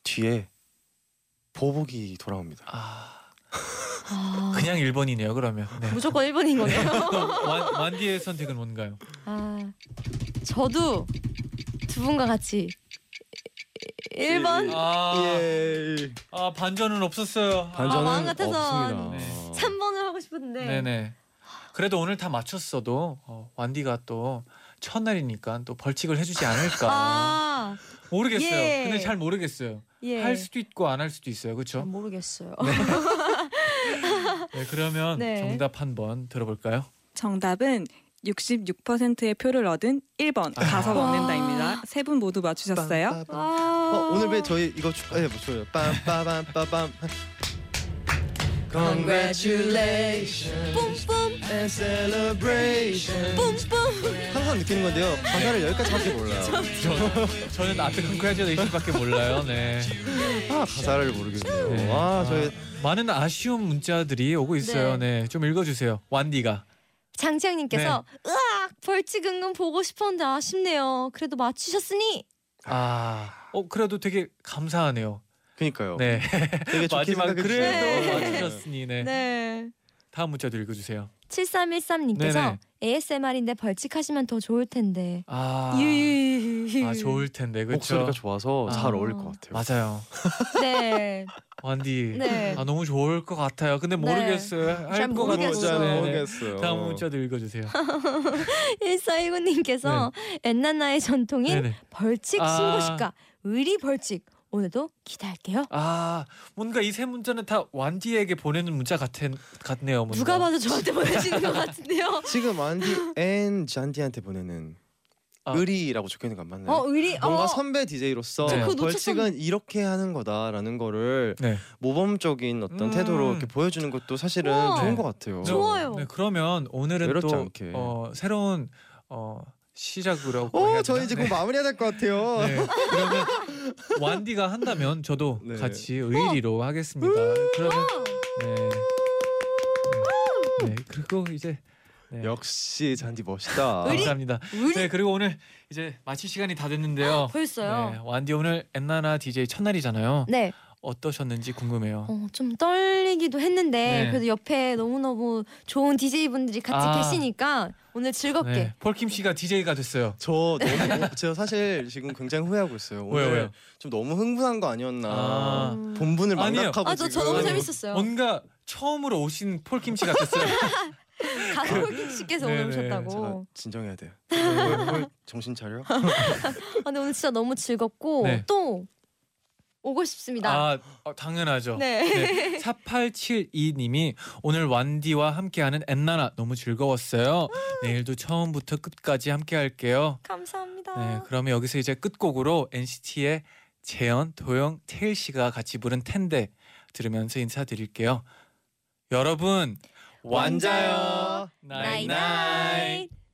Speaker 7: 뒤에 보복이 돌아옵니다.
Speaker 3: 아,
Speaker 2: 아,
Speaker 3: 그냥 1번이네요. 그러면. 네.
Speaker 2: 무조건 1번인 거네요.
Speaker 3: 완, 완디의 선택은 뭔가요?
Speaker 2: 아, 저도 두 분과 같이 1번
Speaker 3: 아,
Speaker 7: 예.
Speaker 3: 아 반전은 없었어요.
Speaker 2: 반전. 마음
Speaker 7: 반전은
Speaker 2: 같아서
Speaker 7: 없습니다.
Speaker 3: 네.
Speaker 2: 3번을 하고
Speaker 3: 아,
Speaker 2: 싶었는데
Speaker 3: 네네. 그래도 오늘 다 맞췄어도 어, 완디가 또 첫날이니까 또 벌칙을 해주지 않을까
Speaker 2: 아,
Speaker 3: 모르겠어요.
Speaker 2: 예.
Speaker 3: 근데 잘 모르겠어요.
Speaker 2: 예.
Speaker 3: 할 수도 있고 안 할 수도 있어요.
Speaker 2: 잘
Speaker 3: 그렇죠?
Speaker 2: 모르겠어요.
Speaker 3: 네, 그러면
Speaker 2: 네.
Speaker 3: 정답 한번 들어볼까요?
Speaker 9: 정답은 66%의 표를 얻은 1번
Speaker 3: 아.
Speaker 9: 가서
Speaker 2: 와.
Speaker 9: 먹는다입니다. 세 분 모두 맞추셨어요.
Speaker 7: 빰, 빰, 빰.
Speaker 2: 와.
Speaker 7: 어, 오늘 왜 저희 이거 축하해 아, 예, 뭐 보셔요. 빰빰빰빰빰. Congratulations
Speaker 2: 뿜뿜
Speaker 7: and celebration.
Speaker 2: 뿜뿜.
Speaker 7: 항상 느끼는 건데요. 가사를 여기까지밖에 몰라요.
Speaker 3: 저, 저는 아트 컨그레이션밖에 몰라요. 네.
Speaker 7: 아 가사를 모르겠네요.
Speaker 3: 네.
Speaker 7: 와 저희
Speaker 3: 많은 아쉬운 문자들이 오고 있어요. 네, 좀 읽어주세요. 완디가.
Speaker 2: 장지영님께서
Speaker 3: 네.
Speaker 2: 으악 벌칙 은근 보고 싶었는데 아쉽네요. 그래도 맞추셨으니
Speaker 3: 아, 어 그래도 되게 감사하네요.
Speaker 7: 어, 그니까요.
Speaker 3: 네,
Speaker 7: 되게 좋게
Speaker 3: 마지막
Speaker 7: 생각해
Speaker 3: 그래도
Speaker 7: 주시네요.
Speaker 3: 맞추셨으니 네.
Speaker 2: 네.
Speaker 3: 다음 문자도 읽어주세요.
Speaker 2: 7313님께서
Speaker 3: 네네.
Speaker 2: ASMR인데 벌칙하시면 더 좋을 텐데.
Speaker 3: 아,
Speaker 2: 유유유유.
Speaker 3: 아 좋을 텐데 그렇죠.
Speaker 7: 목소리가 좋아서
Speaker 3: 아.
Speaker 7: 잘 어울릴 것 같아요.
Speaker 3: 맞아요.
Speaker 2: 네.
Speaker 3: 완디.
Speaker 2: 네.
Speaker 3: 아 너무 좋을 것 같아요. 근데 모르겠어요. 할
Speaker 2: 잘
Speaker 3: 것
Speaker 2: 모르겠어요. 네.
Speaker 3: 같아요.
Speaker 2: 잘
Speaker 3: 네, 네.
Speaker 7: 모르겠어요.
Speaker 3: 다음 문자도 읽어주세요.
Speaker 2: 1419님께서 엔나나의 전통인
Speaker 3: 네. 네네.
Speaker 2: 벌칙
Speaker 3: 아.
Speaker 2: 신고식과 의리 벌칙 오늘도 기대할게요.
Speaker 3: 아 뭔가 이 세 문자는 다 완디에게 보내는 문자 같은 같네요. 뭔가.
Speaker 2: 누가 봐도 저한테 보내시는 것 같은데요.
Speaker 7: 지금 안디 앤 잔디한테 보내는
Speaker 3: 아.
Speaker 7: 의리라고 적혀 있는 거 안
Speaker 3: 네.
Speaker 7: 맞나요?
Speaker 2: 어 의리
Speaker 7: 뭔가
Speaker 2: 어
Speaker 7: 선배 DJ로서
Speaker 3: 저 그거
Speaker 7: 벌칙은 이렇게 하는 거다라는 거를
Speaker 3: 네.
Speaker 7: 모범적인 어떤
Speaker 3: 음.
Speaker 7: 태도로 이렇게 보여주는 것도 사실은
Speaker 2: 우와.
Speaker 7: 좋은 것 같아요.
Speaker 2: 좋아요.
Speaker 3: 네 그러면 오늘은
Speaker 7: 어. 외롭지
Speaker 3: 또
Speaker 7: 않게.
Speaker 3: 어, 새로운 어, 시작으로.
Speaker 2: 어,
Speaker 7: 오,
Speaker 3: 해야
Speaker 7: 어, 저희
Speaker 3: 되나?
Speaker 7: 이제
Speaker 3: 네.
Speaker 7: 곧 마무리해야 될 것 같아요.
Speaker 3: 네. 그러면 완디가 한다면 저도
Speaker 7: 네.
Speaker 3: 같이
Speaker 2: 어?
Speaker 3: 의리로 하겠습니다.
Speaker 2: 음,
Speaker 3: 그러면 네. 네. 네. 그리고 이제 네.
Speaker 7: 역시 잔디 멋있다.
Speaker 3: 감사합니다.
Speaker 2: 의리
Speaker 3: 네 그리고 오늘 이제 마칠 시간이 다 됐는데요.
Speaker 2: 아, 벌써요.
Speaker 3: 네, 완디 오늘 엔나나 DJ 첫날이잖아요.
Speaker 2: 네.
Speaker 3: 어떠셨는지 궁금해요.
Speaker 2: 어, 좀 떨리기도 했는데
Speaker 3: 네.
Speaker 2: 그래도 옆에 너무너무 좋은 DJ분들이 같이
Speaker 3: 아.
Speaker 2: 계시니까 오늘 즐겁게
Speaker 3: 네, 폴킴 씨가 DJ가 됐어요.
Speaker 7: 저 너무 제가 사실 지금 굉장히 후회하고 있어요. 오늘
Speaker 3: 왜요, 왜요?
Speaker 7: 좀 너무 흥분한 거 아니었나.
Speaker 3: 아.
Speaker 7: 본분을
Speaker 3: 아니에요.
Speaker 7: 망각하고
Speaker 2: 아, 저- 저 너무
Speaker 3: 네.
Speaker 7: 지금.
Speaker 2: 재밌었어요.
Speaker 3: 뭔가 처음으로 오신 폴킴 씨 같았어요.
Speaker 2: 가수 호킹 씨께서
Speaker 3: 그 네네.
Speaker 2: 오늘
Speaker 7: 제가
Speaker 2: 오셨다고.
Speaker 7: 진정해야 돼요. 뭘- 뭘 정신 차려.
Speaker 2: 아, 근데 오늘 진짜 너무 즐겁고
Speaker 3: 네.
Speaker 2: 또 오고 싶습니다.
Speaker 3: 아 어, 당연하죠.
Speaker 2: 네.
Speaker 3: 네. 4872님이 오늘 완디와 함께하는 엔나나 너무 즐거웠어요.
Speaker 2: 음.
Speaker 3: 내일도 처음부터 끝까지 함께할게요.
Speaker 2: 감사합니다.
Speaker 3: 네, 그러면 여기서 이제 끝곡으로 NCT의 재현, 도영, 태일 씨가 같이 부른 텐데 들으면서 인사드릴게요. 여러분
Speaker 7: 완자요.
Speaker 3: 나잇나잇.